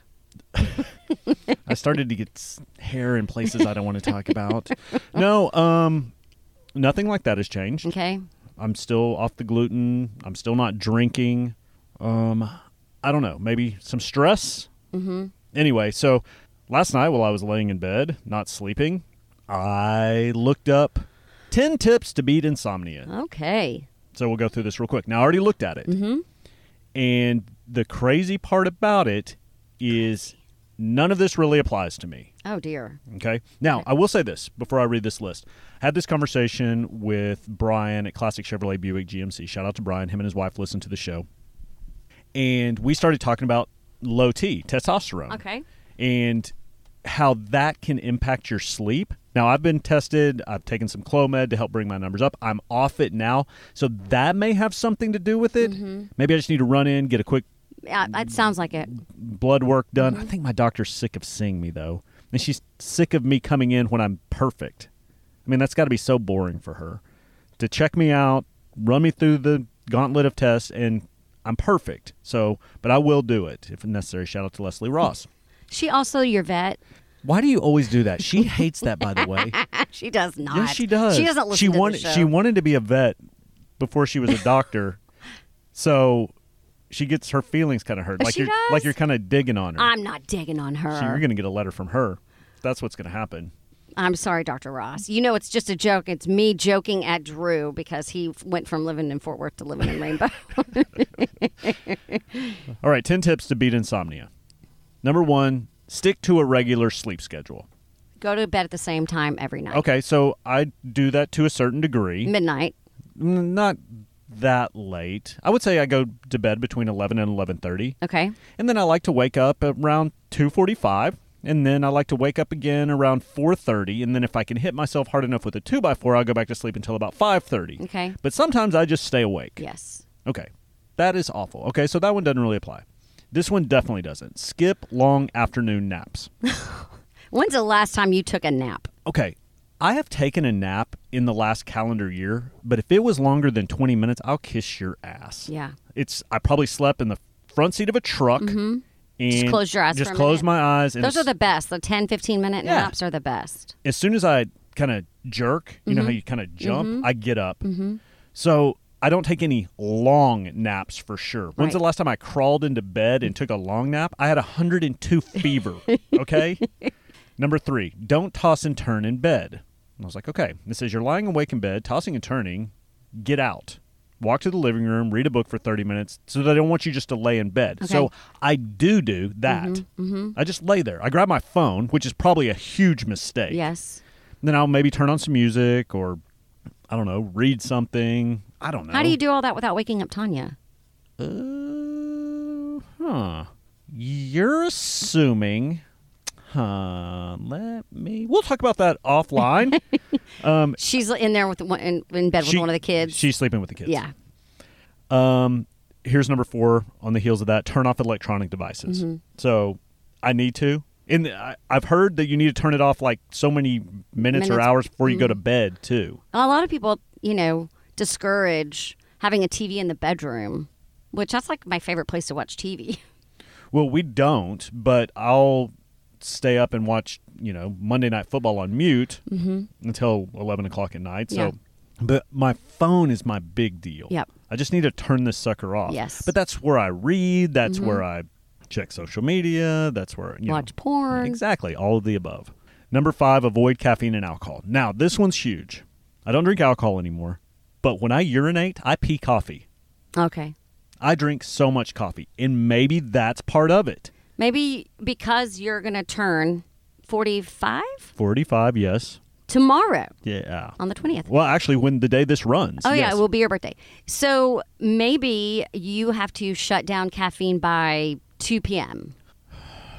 Speaker 3: I started to get s- hair in places I don't want to talk about. No, um, nothing like that has changed.
Speaker 4: Okay.
Speaker 3: I'm still off the gluten. I'm still not drinking. Um, I don't know. Maybe some stress. Mm-hmm. Anyway, so last night while I was laying in bed, not sleeping, I looked up ten tips to beat insomnia.
Speaker 4: Okay.
Speaker 3: So we'll go through this real quick. Now, I already looked at it. And the crazy part about it is none of this really applies to me.
Speaker 4: Oh, dear.
Speaker 3: Okay. Now, I will say this before I read this list. I had this conversation with Brian at Classic Chevrolet Buick GMC. Shout out to Brian. Him and his wife listen to the show. And we started talking about low T, testosterone.
Speaker 4: Okay.
Speaker 3: And how that can impact your sleep. Now, I've been tested. I've taken some Clomid to help bring my numbers up. I'm off it now. So that may have something to do with it. Maybe I just need to run in, get a quick
Speaker 4: Yeah, it sounds like it.
Speaker 3: blood work done.
Speaker 4: Mm-hmm.
Speaker 3: I think my doctor's sick of seeing me though, and she's sick of me coming in when I'm perfect. I mean, that's got to be so boring for her to check me out, run me through the gauntlet of tests, and I'm perfect. So, but I will do it if necessary. Shout out to Leslie Ross.
Speaker 4: She also your vet. [LAUGHS]
Speaker 3: Why do you always do that? She hates that, by the way.
Speaker 4: she does not.
Speaker 3: Yes, she does.
Speaker 4: She doesn't listen
Speaker 3: she
Speaker 4: to
Speaker 3: wanted,
Speaker 4: the show.
Speaker 3: She wanted to be a vet before she was a
Speaker 4: [LAUGHS]
Speaker 3: doctor, so she gets her feelings kind of hurt. Like
Speaker 4: She
Speaker 3: you're,
Speaker 4: does?
Speaker 3: like you're kind of digging on her.
Speaker 4: I'm not digging on her.
Speaker 3: So you're going to get a letter from her. That's what's going to happen.
Speaker 4: I'm sorry, Dr. Ross. You know it's just a joke. It's me joking at Drew because he f- went from living in Fort Worth to living in Rainbow. [LAUGHS]
Speaker 3: All right, 10 tips to beat insomnia. Number one, stick to a regular sleep schedule.
Speaker 4: Go to bed at the same time every night.
Speaker 3: Okay, so I do that to a certain degree.
Speaker 4: Midnight.
Speaker 3: N- Not that late. I would say I go to bed between 11 and 11:30,
Speaker 4: Okay.
Speaker 3: and then I like to wake up around 2:45, and then I like to wake up again around 4:30, and then if I can hit myself hard enough with a 2 by 4 I'll go back to sleep until about 5:30.
Speaker 4: Okay.
Speaker 3: But sometimes I just stay awake.
Speaker 4: Yes.
Speaker 3: Okay. That is awful. Okay, so that one doesn't really apply. This one definitely doesn't. Skip long afternoon naps.
Speaker 4: When's the last time you took a nap?
Speaker 3: Okay, I have taken a nap in the last calendar year, but if it was longer than 20 minutes, I'll kiss your ass.
Speaker 4: Yeah.
Speaker 3: It's I probably slept in the front seat of a truck. And
Speaker 4: Mm-hmm. Just close your eyes
Speaker 3: Just
Speaker 4: for a
Speaker 3: close
Speaker 4: minute.
Speaker 3: my eyes. And
Speaker 4: Those are the best. The 10, 15 minute
Speaker 3: Yeah.
Speaker 4: naps are the best.
Speaker 3: as soon as I kind of jerk, you know how you kind of jump, I get up. So I don't take any long naps for sure. When's
Speaker 4: Right.
Speaker 3: the last time I crawled into bed and took a long nap? I had 102 fever. Okay. Number three, don't toss and turn in bed. And I was like, okay, this says you're lying awake in bed, tossing and turning, get out. Walk to the living room, read a book for 30 minutes so they don't want you just to lay in bed. So I do do that. I just lay there. I grab my phone, which is probably a huge mistake
Speaker 4: Yes.
Speaker 3: then I'll maybe turn on some music or I don't know, read something. I don't know.
Speaker 4: How do you do all that without waking up Tanya?
Speaker 3: do? Uh, huh. You're assuming. Huh. Let me. We'll talk about that
Speaker 4: [LAUGHS]
Speaker 3: offline.
Speaker 4: She's in there with one, in, in bed with
Speaker 3: Mm. She-
Speaker 4: one of the kids.
Speaker 3: She's sleeping with the kids.
Speaker 4: yeah.
Speaker 3: Here's number four on the heels of that: turn off electronic devices.
Speaker 4: Mm-hmm.
Speaker 3: So I need to. And I- I've heard that you need to turn it off like so many minutes, or
Speaker 4: Minutes. Mm.
Speaker 3: hours before you go to bed too.
Speaker 4: A lot of people, you know, discourage having a TV in the bedroom, which that's like my favorite place to watch TV.
Speaker 3: Well, we don't, but I'll stay up and watch, you know, Monday Night Football on mute until 11 o'clock at night. So,
Speaker 4: Mm-hmm. Yeah.
Speaker 3: but my phone is my big deal.
Speaker 4: Yep.
Speaker 3: I just need to turn this sucker off.
Speaker 4: Yes. Mm-hmm.
Speaker 3: But that's where I read. That's where I check social media. That's where, you know,
Speaker 4: Watch porn.
Speaker 3: Exactly. All of the above. Number five, avoid caffeine and alcohol. Now, this one's huge. I don't drink alcohol anymore, but when I urinate, I pee coffee.
Speaker 4: Okay.
Speaker 3: I drink so much coffee, and maybe that's part of it.
Speaker 4: Maybe because you're going to turn 45
Speaker 3: 45, yes.
Speaker 4: tomorrow
Speaker 3: Yeah.
Speaker 4: on the 20th.
Speaker 3: Well, actually, when the day this runs.
Speaker 4: Oh, yeah,
Speaker 3: yes.
Speaker 4: it will be your birthday. So maybe you have to shut down caffeine by 2 p.m. [SIGHS]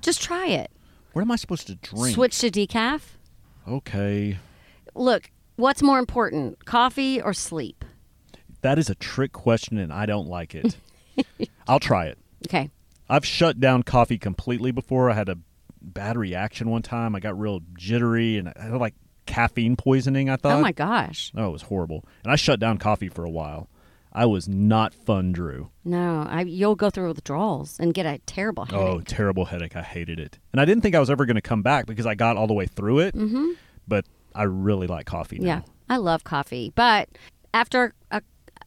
Speaker 4: Just try it.
Speaker 3: What am I supposed to drink?
Speaker 4: Switch to decaf.
Speaker 3: Okay.
Speaker 4: Look, what's more important, coffee or sleep?
Speaker 3: That is a trick question, and I don't like
Speaker 4: [LAUGHS]
Speaker 3: it. I'll try it.
Speaker 4: Okay.
Speaker 3: I've shut down coffee completely before. I had a bad reaction one time. I got real jittery and I had like caffeine poisoning, I thought.
Speaker 4: oh, my gosh.
Speaker 3: Oh, it was horrible. And I shut down coffee for a while. I was not fun, Drew.
Speaker 4: No, I, you'll go through withdrawals and get a terrible
Speaker 3: Oh,
Speaker 4: headache.
Speaker 3: terrible headache. I hated it. And I didn't think I was ever going to come back because I got all the way through it. Mm-hmm. But I really like coffee now.
Speaker 4: yeah, I love coffee, but after a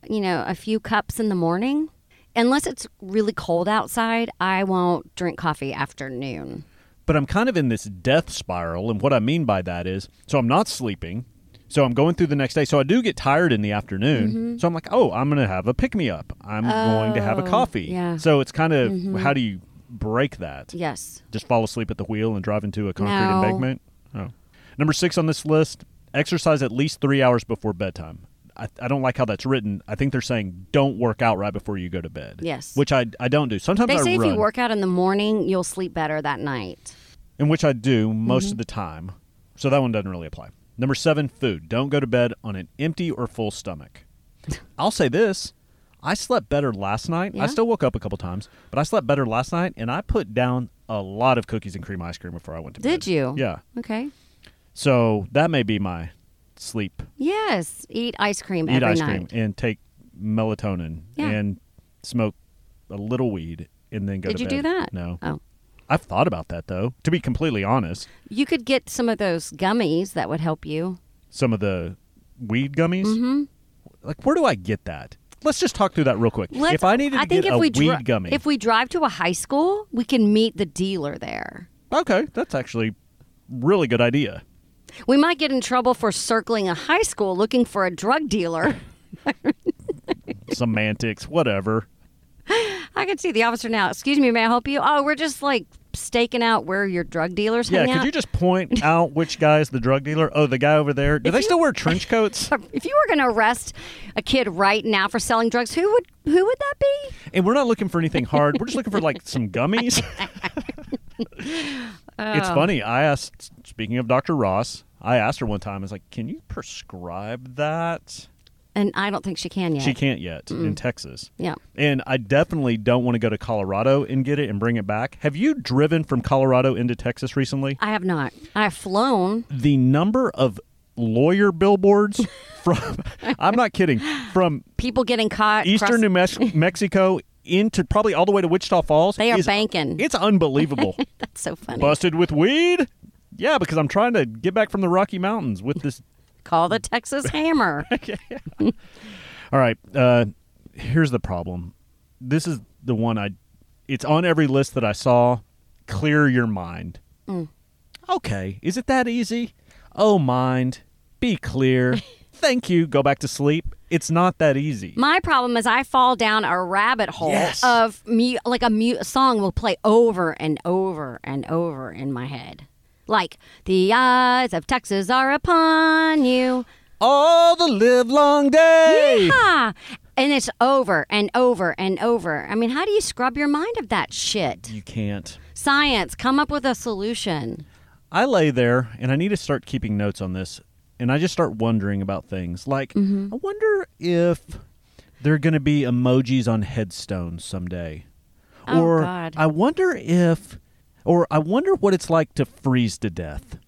Speaker 4: you know a few cups in the morning, unless it's really cold outside, I won't drink coffee after noon.
Speaker 3: but I'm kind of in this death spiral. And what I mean by that is, so I'm not sleeping. So I'm going through the next day. So I do get tired in the afternoon.
Speaker 4: Mm-hmm.
Speaker 3: So I'm like, oh, I'm going to have a pick me up. I'm going to have a coffee.
Speaker 4: Oh, yeah. Mm-hmm.
Speaker 3: So it's kind of how do you break that?
Speaker 4: Yes,
Speaker 3: Just fall asleep at the wheel and drive into a concrete
Speaker 4: No.
Speaker 3: embankment? Oh. Number six on this list exercise at least three hours before bedtime. I, I don't like how that's written. I think they're saying don't work out right before you go to bed.
Speaker 4: Yes.
Speaker 3: Which I, I don't do. Sometimes
Speaker 4: they
Speaker 3: I
Speaker 4: say if
Speaker 3: run.
Speaker 4: you work out in the morning, you'll sleep better that night.
Speaker 3: in which I do most
Speaker 4: Mm-hmm.
Speaker 3: of the time. So that one doesn't really apply. Number seven, food. Don't go to bed on an empty or full
Speaker 4: [LAUGHS]
Speaker 3: stomach. I'll say this. I slept better last night. I
Speaker 4: Yeah?
Speaker 3: still woke up a couple times, but I slept better last night and I put down a lot of cookies and cream ice cream before I went to bed.
Speaker 4: Did you?
Speaker 3: Yeah.
Speaker 4: Okay.
Speaker 3: So that may be my sleep.
Speaker 4: Yes, eat ice cream
Speaker 3: Eat
Speaker 4: every
Speaker 3: ice
Speaker 4: night.
Speaker 3: cream and take melatonin
Speaker 4: Yeah.
Speaker 3: and smoke a little weed and then go
Speaker 4: Did
Speaker 3: to
Speaker 4: you
Speaker 3: bed.
Speaker 4: do that?
Speaker 3: No.
Speaker 4: Oh,
Speaker 3: I've thought about that though, to be completely honest.
Speaker 4: you could get some of those gummies that would help you.
Speaker 3: some of the weed gummies. Mm-hmm. Like, where do I get that? Let's just talk through that real quick.
Speaker 4: Let's-
Speaker 3: if I needed to
Speaker 4: I think
Speaker 3: get
Speaker 4: if
Speaker 3: a
Speaker 4: we
Speaker 3: weed
Speaker 4: dri-
Speaker 3: gummy,
Speaker 4: if we drive to a high school, we can meet the dealer there.
Speaker 3: okay, that's actually really good idea.
Speaker 4: We might get in trouble for circling a high school looking for a
Speaker 3: [LAUGHS]
Speaker 4: drug dealer.
Speaker 3: Semantics, whatever.
Speaker 4: I can see the officer now. Excuse me, may I help you? Oh, we're just like staking out where your drug dealers
Speaker 3: Yeah,
Speaker 4: hang
Speaker 3: could
Speaker 4: out.
Speaker 3: you just
Speaker 4: [LAUGHS]
Speaker 3: point out which guy is the drug dealer? Oh, the guy over there. Do they
Speaker 4: you-
Speaker 3: still wear trench
Speaker 4: [LAUGHS]
Speaker 3: coats?
Speaker 4: if you were going to arrest a kid right now for selling drugs, who would who would that be?
Speaker 3: and we're not looking for anything hard. We're just looking for like some
Speaker 4: [LAUGHS]
Speaker 3: gummies.
Speaker 4: Oh.
Speaker 3: It's funny. I asked. Speaking of Dr. Ross, I asked her one time. I was like, "Can you prescribe that?"
Speaker 4: And I don't think she can yet.
Speaker 3: She can't yet in
Speaker 4: Mm.
Speaker 3: Texas.
Speaker 4: Yeah.
Speaker 3: And I definitely don't want to go to Colorado and get it and bring it back. Have you driven from Colorado into Texas recently?
Speaker 4: I have not. I've flown.
Speaker 3: The number of lawyer billboards [LAUGHS] from I'm not kidding, from
Speaker 4: People getting caught.
Speaker 3: eastern
Speaker 4: cross-
Speaker 3: New
Speaker 4: [LAUGHS]
Speaker 3: Mex- Mexico into probably all the way to Wichita Falls.
Speaker 4: They are
Speaker 3: is-
Speaker 4: banking.
Speaker 3: It's unbelievable.
Speaker 4: [LAUGHS] That's so funny.
Speaker 3: Busted with weed? Yeah, because I'm trying to get back from the Rocky Mountains with this
Speaker 4: Call the Texas Hammer.
Speaker 3: All right. Uh, here's the problem. This is the one I. It's on every list that I saw. Clear your mind. Okay. Is it that easy? Oh, mind. Be clear. Thank you. Go back to sleep. It's not that easy.
Speaker 4: My problem is I fall down a rabbit hole
Speaker 3: Yes.
Speaker 4: of mu- like a mute song will play over and over and over in my head. Like the eyes of Texas are upon you.
Speaker 3: All the live long day.
Speaker 4: Ah, and it's over and over and over. I mean, how do you scrub your mind of that shit?
Speaker 3: You can't.
Speaker 4: Science, come up with a solution.
Speaker 3: I lay there and I need to start keeping notes on this. And I just start wondering about things. Like,
Speaker 4: Mm-hmm.
Speaker 3: I wonder if there are going to be emojis on headstones someday.
Speaker 4: Oh,
Speaker 3: or
Speaker 4: God.
Speaker 3: I wonder if, or I wonder what it's like to freeze to death.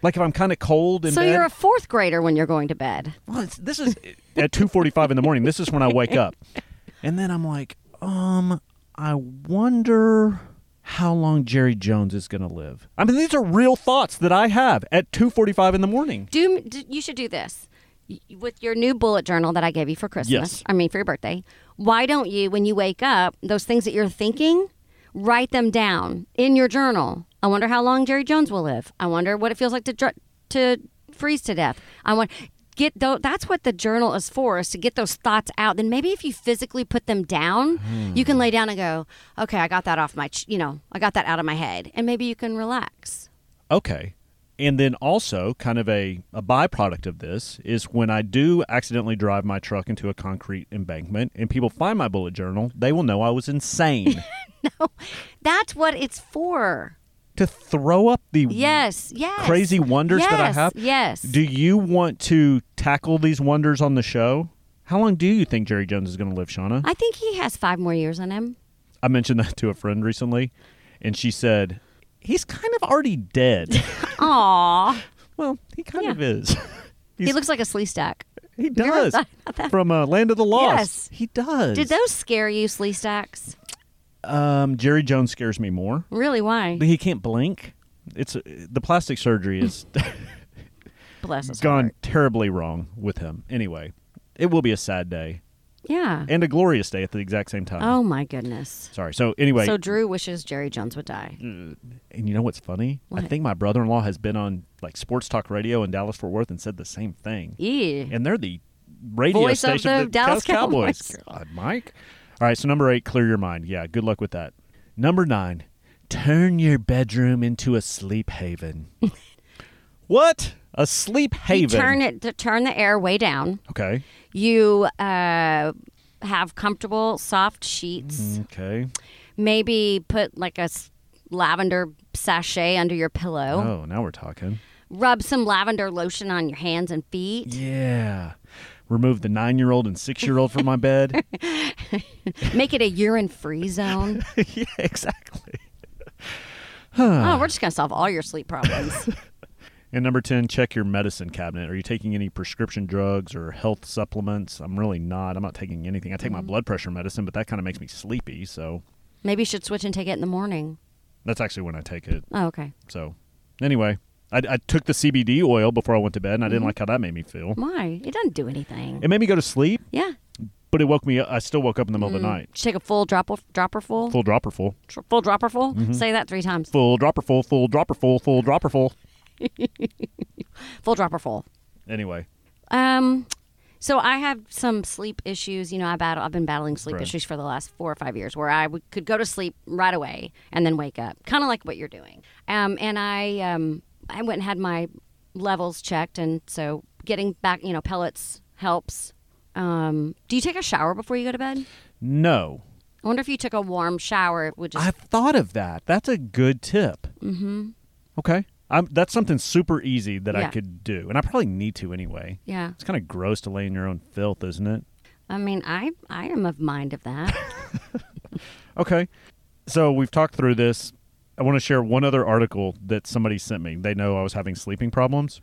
Speaker 3: Like if I'm kind of cold and
Speaker 4: So you're a fourth grader when you're going to bed.
Speaker 3: well, it's, this is [LAUGHS] at 2:45 in the morning. This is when I wake up. [LAUGHS] And then I'm like, um, I wonder how long Jerry Jones is going to live. I mean, these are real thoughts that I have at 2:45 in the morning.
Speaker 4: Do d- you should do this Y- with your new bullet journal that I gave you for Christmas?
Speaker 3: Yes.
Speaker 4: I mean for your birthday. Why don't you, when you wake up, those things that you're thinking, write them down in your journal? I wonder how long Jerry Jones will live. I wonder what it feels like to dr- to freeze to death. I want get though. That's what the journal is for, is to get those thoughts out. Then maybe if you physically put them down, you can lay down and go, okay, I got that off my, ch- you know, I got that out of my head, and maybe you can relax.
Speaker 3: Okay. And then also, kind of a, a byproduct of this is when I do accidentally drive my truck into a concrete embankment and people find my bullet journal, they will know I was [LAUGHS] insane
Speaker 4: That's what it's for.
Speaker 3: to throw up the
Speaker 4: Yes, yes.
Speaker 3: crazy wonders that I
Speaker 4: Yes,
Speaker 3: have.
Speaker 4: Yes.
Speaker 3: Do you want to tackle these wonders on the show? How long do you think Jerry Jones is going to live, Shauna?
Speaker 4: I think he has five more years on him.
Speaker 3: I mentioned that to a friend recently, and she said, He's kind of already
Speaker 4: [LAUGHS]
Speaker 3: dead.
Speaker 4: Aw.
Speaker 3: well, he kind
Speaker 4: Yeah.
Speaker 3: of is. [LAUGHS]
Speaker 4: he looks like a slee stack.
Speaker 3: He
Speaker 4: you ever
Speaker 3: does.
Speaker 4: thought about that?
Speaker 3: From uh, Land of the Lost.
Speaker 4: Yes.
Speaker 3: He does.
Speaker 4: Did those scare you, slee stacks?
Speaker 3: Um, Jerry Jones scares me more.
Speaker 4: Really? Why?
Speaker 3: He can't blink. It's uh, the plastic surgery
Speaker 4: [LAUGHS]
Speaker 3: is
Speaker 4: Bless
Speaker 3: [LAUGHS]
Speaker 4: his
Speaker 3: gone
Speaker 4: heart.
Speaker 3: terribly wrong with him. Anyway, it will be a sad day
Speaker 4: Yeah.
Speaker 3: and a glorious day at the exact same time.
Speaker 4: Oh my goodness.
Speaker 3: Sorry. So anyway,
Speaker 4: So Drew wishes Jerry Jones would die.
Speaker 3: Mm. and you know what's funny? I
Speaker 4: What?
Speaker 3: think my brother-in-law has been on like sports talk radio in Dallas Fort Worth and said the same thing.
Speaker 4: Ew.
Speaker 3: And they're the radio
Speaker 4: Voice of
Speaker 3: station
Speaker 4: the
Speaker 3: that Dallas
Speaker 4: Dallas
Speaker 3: Cowboys.
Speaker 4: Cowboys.
Speaker 3: God, Mike. All right, so number 8, clear your mind. Yeah, good luck with that. Number 9, turn your bedroom into a sleep
Speaker 4: [LAUGHS]
Speaker 3: haven. what? A sleep
Speaker 4: You
Speaker 3: haven.
Speaker 4: turn it to turn the air way down.
Speaker 3: okay.
Speaker 4: You uh, have comfortable soft sheets.
Speaker 3: Mm-hmm. Okay.
Speaker 4: Maybe put like a s- lavender sachet under your pillow.
Speaker 3: Oh, now we're talking.
Speaker 4: Rub some lavender lotion on your hands and feet.
Speaker 3: Yeah. Remove the 9-year-old and 6-year-old from my
Speaker 4: [LAUGHS]
Speaker 3: bed. [LAUGHS]
Speaker 4: Make it a urine free [LAUGHS] zone.
Speaker 3: yeah, exactly.
Speaker 4: oh, we're just going to solve all your sleep [LAUGHS] problems.
Speaker 3: And number 10, check your medicine cabinet. Are you taking any prescription drugs or health supplements? I'm really not. I'm not taking anything. I take my blood pressure medicine, but that kind of makes me sleepy. So
Speaker 4: Maybe you should switch and take it in the morning.
Speaker 3: that's actually when I take it.
Speaker 4: Oh, okay.
Speaker 3: So anyway, I, I took the CBD oil before I went to bed, and I didn't like how that made me feel.
Speaker 4: Why? It doesn't do anything.
Speaker 3: It made me go to sleep,
Speaker 4: yeah.
Speaker 3: but it woke me up. I still woke up in the middle of the night.
Speaker 4: Should take a full dropper, dropper full, Mm-hmm.
Speaker 3: Full dropper full.
Speaker 4: Tr- full dropper full. Say that three times.
Speaker 3: Full dropper full, full dropper full, full dropper full.
Speaker 4: Full dropper full.
Speaker 3: Anyway,
Speaker 4: Um, so I have some sleep issues. You know, I battle. I've been battling sleep
Speaker 3: Right.
Speaker 4: issues for the last four or five years, where I would, could go to sleep right away and then wake up, kind of like what you're doing. Um, and I um, I went and had my levels checked, and so getting back, you know, pellets helps. Um, do you take a shower before you go to bed?
Speaker 3: no.
Speaker 4: I wonder if you took a warm shower, it would just
Speaker 3: I've thought of that. That's a good tip. Mm-hmm. Okay. I'm, that's something super easy that I
Speaker 4: Yeah.
Speaker 3: could do, and I probably need to anyway.
Speaker 4: Yeah.
Speaker 3: It's kind of gross to lay in your own filth, isn't it?
Speaker 4: I mean, I I am of mind of that.
Speaker 3: Okay. So we've talked through this. I want to share one other article that somebody sent me. They know I was having sleeping problems.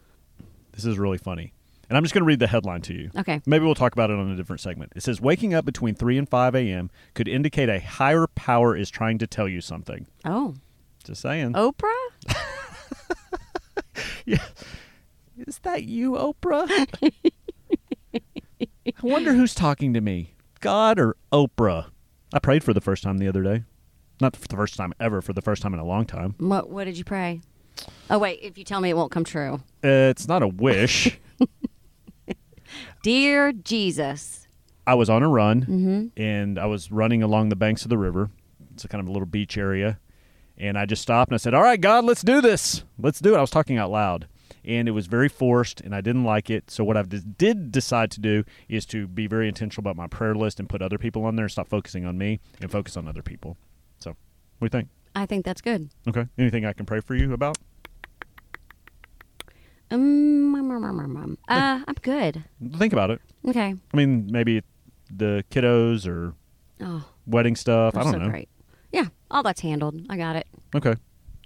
Speaker 3: This is really funny. And I'm just going to read the headline to you. [LAUGHS]
Speaker 4: Okay.
Speaker 3: Maybe we'll talk about it on a different segment. It says waking up between 3 and 5 a.m. could indicate a higher power is trying to tell you something.
Speaker 4: Oh,
Speaker 3: Just saying.
Speaker 4: Oprah?
Speaker 3: Is that you, Oprah? [LAUGHS] I wonder who's talking to me, God or Oprah. I prayed for the first time the other day. Not for the first time ever, for the first time in a long time.
Speaker 4: What What did you pray? Oh wait, if you tell me, it won't come true.
Speaker 3: Uh, it's not a wish.
Speaker 4: Dear Jesus.
Speaker 3: I was on a run
Speaker 4: Mm-hmm.
Speaker 3: and I was running along the banks of the river. It's a kind of a little beach area. And I just stopped and I said, All right, God, let's do this. Let's do it. I was talking out loud. And it was very forced and I didn't like it. So, what I did decide to do is to be very intentional about my prayer list and put other people on there and stop focusing on me and focus on other people. So, what do you think?
Speaker 4: I think that's good.
Speaker 3: Okay. Anything I can pray for you about?
Speaker 4: Um, um, um, um, um, um. Uh, I'm good.
Speaker 3: Think about it.
Speaker 4: Okay.
Speaker 3: I mean, maybe the kiddos or
Speaker 4: Oh,
Speaker 3: wedding stuff.
Speaker 4: that's
Speaker 3: I
Speaker 4: so
Speaker 3: don't know.
Speaker 4: great. Yeah, all that's handled. I got it.
Speaker 3: Okay.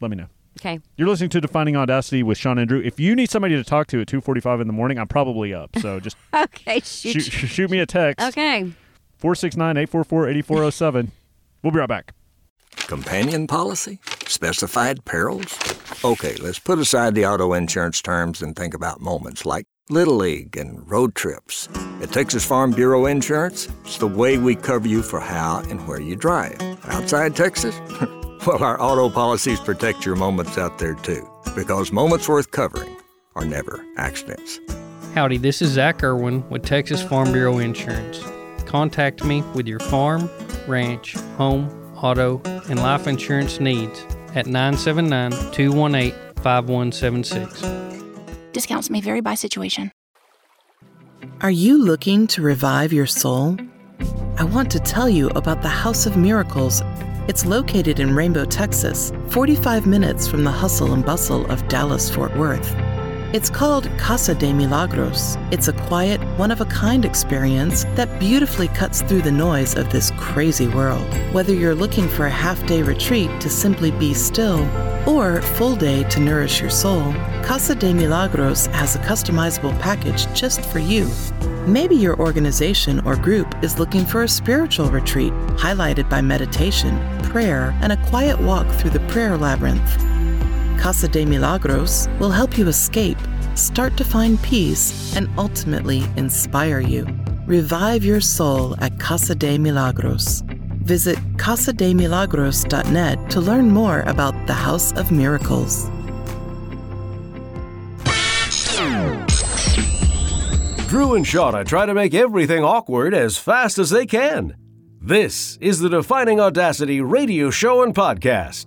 Speaker 3: Let me know.
Speaker 4: [LAUGHS] Okay.
Speaker 3: You're listening to Defining Audacity with Sean and Drew. If you need somebody to talk to at 2:45 in the morning, I'm probably up. So just
Speaker 4: Okay.
Speaker 3: shoot,
Speaker 4: [LAUGHS] Shoot.
Speaker 3: shoot [LAUGHS] me a text.
Speaker 4: Okay.
Speaker 3: 469-844-8407. We'll be right back.
Speaker 6: Companion policy? Specified perils? Okay, let's put aside the auto insurance terms and think about moments like Little League and road trips. At Texas Farm Bureau Insurance, it's the way we cover you for how and where you drive. Outside Texas? [LAUGHS] well, our auto policies protect your moments out there too, because moments worth covering are never accidents.
Speaker 7: Howdy, this is Zach Irwin with Texas Farm Bureau Insurance. Contact me with your farm, ranch, home, auto, and life insurance needs at 979 218 5176.
Speaker 8: Discounts may vary by situation.
Speaker 9: Are you looking to revive your soul? I want to tell you about the House of Miracles. It's located in Rainbow, Texas, 45 minutes from the hustle and bustle of Dallas Fort Worth. It's called Casa de Milagros. It's a quiet, one of a kind experience that beautifully cuts through the noise of this crazy world. Whether you're looking for a half day retreat to simply be still or full day to nourish your soul, Casa de Milagros has a customizable package just for you. Maybe your organization or group is looking for a spiritual retreat highlighted by meditation, prayer, and a quiet walk through the prayer labyrinth. Casa de Milagros will help you escape, start to find peace, and ultimately inspire you. Revive your soul at Casa de Milagros. Visit casademilagros.net to learn more about the House of Miracles.
Speaker 2: Drew and Shauna try to make everything awkward as fast as they can. This is the Defining Audacity radio show and podcast.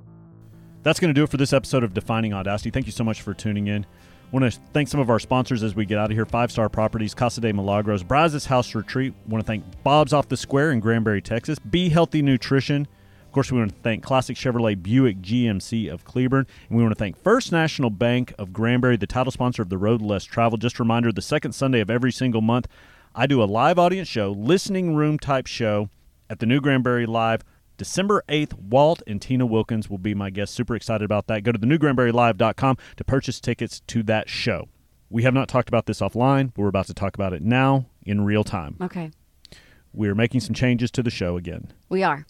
Speaker 3: That's going to do it for this episode of Defining Audacity. Thank you so much for tuning in. want to thank some of our sponsors as we get out of here Five Star Properties, Casa de Milagros, Brazos House Retreat. want to thank Bob's Off the Square in Granbury, Texas, Be Healthy Nutrition. Of course, we want to thank Classic Chevrolet Buick GMC of Cleburne. And we want to thank First National Bank of Granbury, the title sponsor of The Road Less Travel. Just a reminder the second Sunday of every single month, I do a live audience show, listening room type show at the New Granbury Live. December 8th, Walt and Tina Wilkins will be my guests. Super excited about that. Go to thenewgranburylive.com to purchase tickets to that show. We have not talked about this offline, but we're about to talk about it now in real time.
Speaker 4: Okay.
Speaker 3: We're making some changes to the show again.
Speaker 4: We are.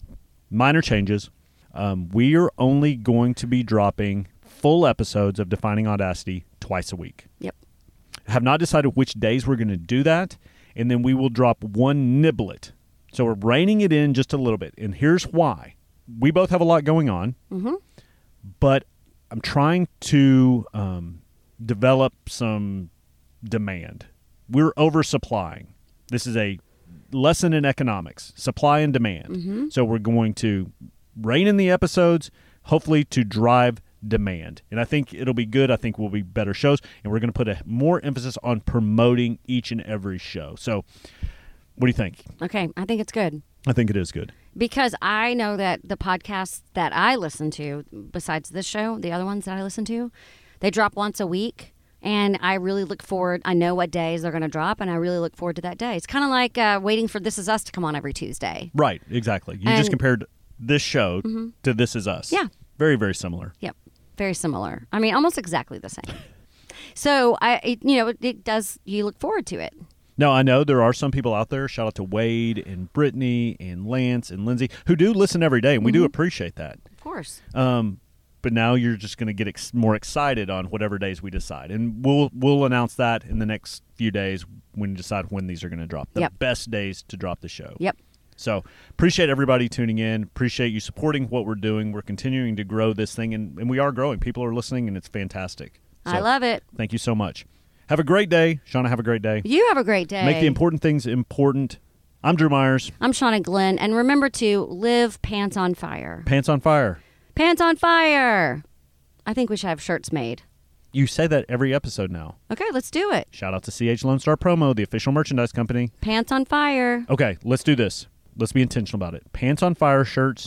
Speaker 3: Minor changes. Um, we are only going to be dropping full episodes of Defining Audacity twice a week
Speaker 4: Yep.
Speaker 3: have not decided which days we're going to do that, and then we will drop one niblet. So we're reining it in just a little bit, and here's why: we both have a lot going on, but I'm trying to um, develop some demand. We're oversupplying. This is a lesson in economics: supply and demand.
Speaker 4: Mm-hmm.
Speaker 3: So we're going to rein in the episodes, hopefully to drive demand. And I think it'll be good. I think we'll be better shows, and we're going to put a more emphasis on promoting each and every show. So, what do you think?
Speaker 4: Okay. I think it's good.
Speaker 3: I think it is good.
Speaker 4: because I know that the podcasts that I listen to, besides this show, the other ones that I listen to, They drop once a week, and I really look forward. I know what days they're going to drop, and I really look forward to that day. It's kind of like uh, waiting for This Is Us to come on every Tuesday.
Speaker 3: Right, exactly. You
Speaker 4: And- Mm-hmm.
Speaker 3: just compared this show to This Is Us.
Speaker 4: Yeah.
Speaker 3: Very, very similar.
Speaker 4: Yep, very similar. I mean, almost exactly the same. [LAUGHS] So I, it, you know, it, it does. You look forward to it.
Speaker 3: Now, I know there are some people out there, shout out to Wade and Brittany and Lance and Lindsay, who do listen every day, and we
Speaker 4: Mm-hmm.
Speaker 3: do appreciate that.
Speaker 4: Of course.
Speaker 3: Um, but now you're just going to get ex- more excited on whatever days we decide, and we'll we'll announce that in the next few days when we decide when these are going to drop. The
Speaker 4: Yep.
Speaker 3: best days to drop the show.
Speaker 4: Yep.
Speaker 3: So appreciate everybody tuning in. Appreciate you supporting what we're doing. We're continuing to grow this thing, and, and we are growing. People are listening, and it's fantastic.
Speaker 4: I
Speaker 3: So,
Speaker 4: love it.
Speaker 3: Thank you so much. Have a great day, Shauna. Have a great day.
Speaker 4: You have a great day.
Speaker 3: Make the important things important. I'm Drew Myers.
Speaker 4: I'm Shauna Glenn, and remember to live pants on fire.
Speaker 3: Pants on fire.
Speaker 4: Pants on fire. I think we should have shirts made.
Speaker 3: You say that every episode now.
Speaker 4: Okay, let's do it.
Speaker 3: Shout out to CH Lone Star Promo, the official merchandise company.
Speaker 4: Pants on fire.
Speaker 3: Okay, let's do this. Let's be intentional about it. Pants on fire shirts,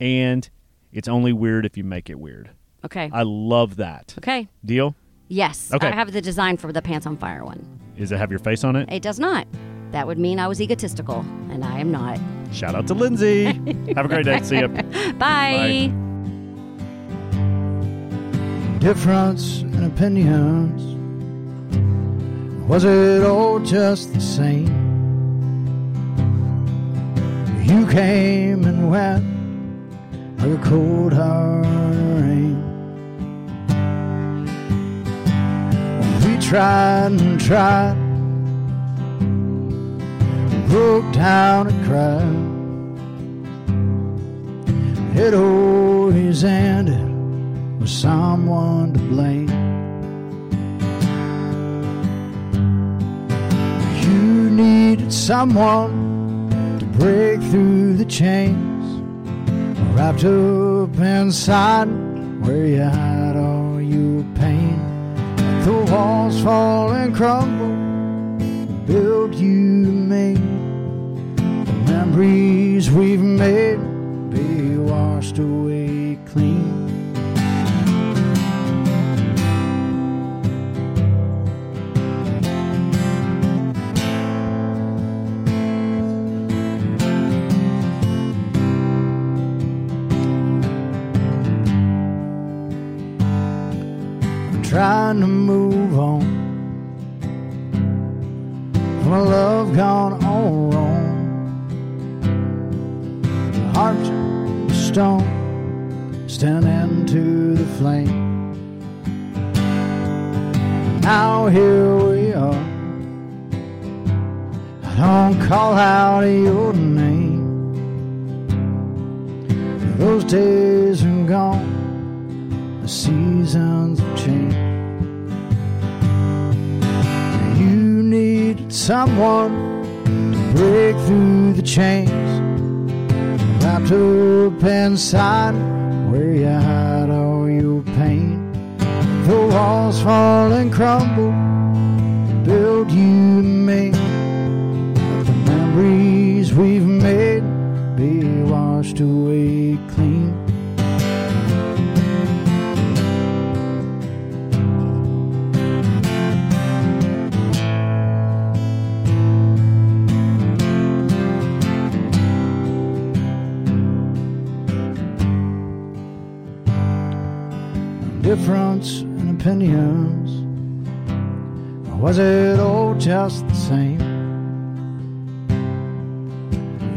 Speaker 3: and it's only weird if you make it weird.
Speaker 4: Okay.
Speaker 3: I love that.
Speaker 4: Okay.
Speaker 3: Deal?
Speaker 4: Yes.
Speaker 3: Okay.
Speaker 4: I have the design for the pants on fire one.
Speaker 3: Is it have your face on it?
Speaker 4: It does not. That would mean I was egotistical, and I am not.
Speaker 3: Shout out to Lindsay. have a great day. See ya.
Speaker 4: Bye.
Speaker 9: difference in opinions? Was it all just the same? You came and went like a cold hard rain. We tried and tried, broke down and cried. It always ended with someone to blame. You needed someone to break through the chains, wrapped up inside where you hide all your pain. Let the walls fall and crumble, build you make the memories we've made be washed away clean. trying to move on from a love gone all wrong. Heart of stone, standing to the flame. Now here we are. I don't call out your name. Those days are gone the seasons have changed. You needed someone to break through the chains, wrapped up inside where you hide all your pain. The walls fall and crumble, build you and me. Let The memories we've made be washed away clean. difference in opinions? Or was it all just the same?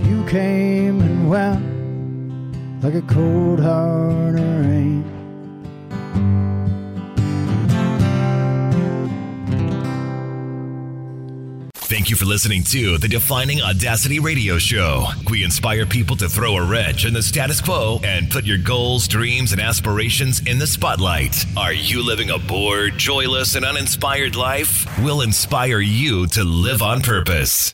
Speaker 9: You came and went like a cold hard rain.
Speaker 2: Thank you for listening to the Defining Audacity Radio Show. We inspire people to throw a wrench in the status quo and put your goals, dreams, and aspirations in the spotlight. Are you living a bored, joyless, and uninspired life? We'll inspire you to live on purpose.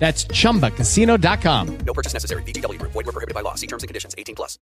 Speaker 2: That's chumbacasino.com.
Speaker 10: No purchase necessary. VGW Group. Void were prohibited by law. See terms and conditions. 18 plus.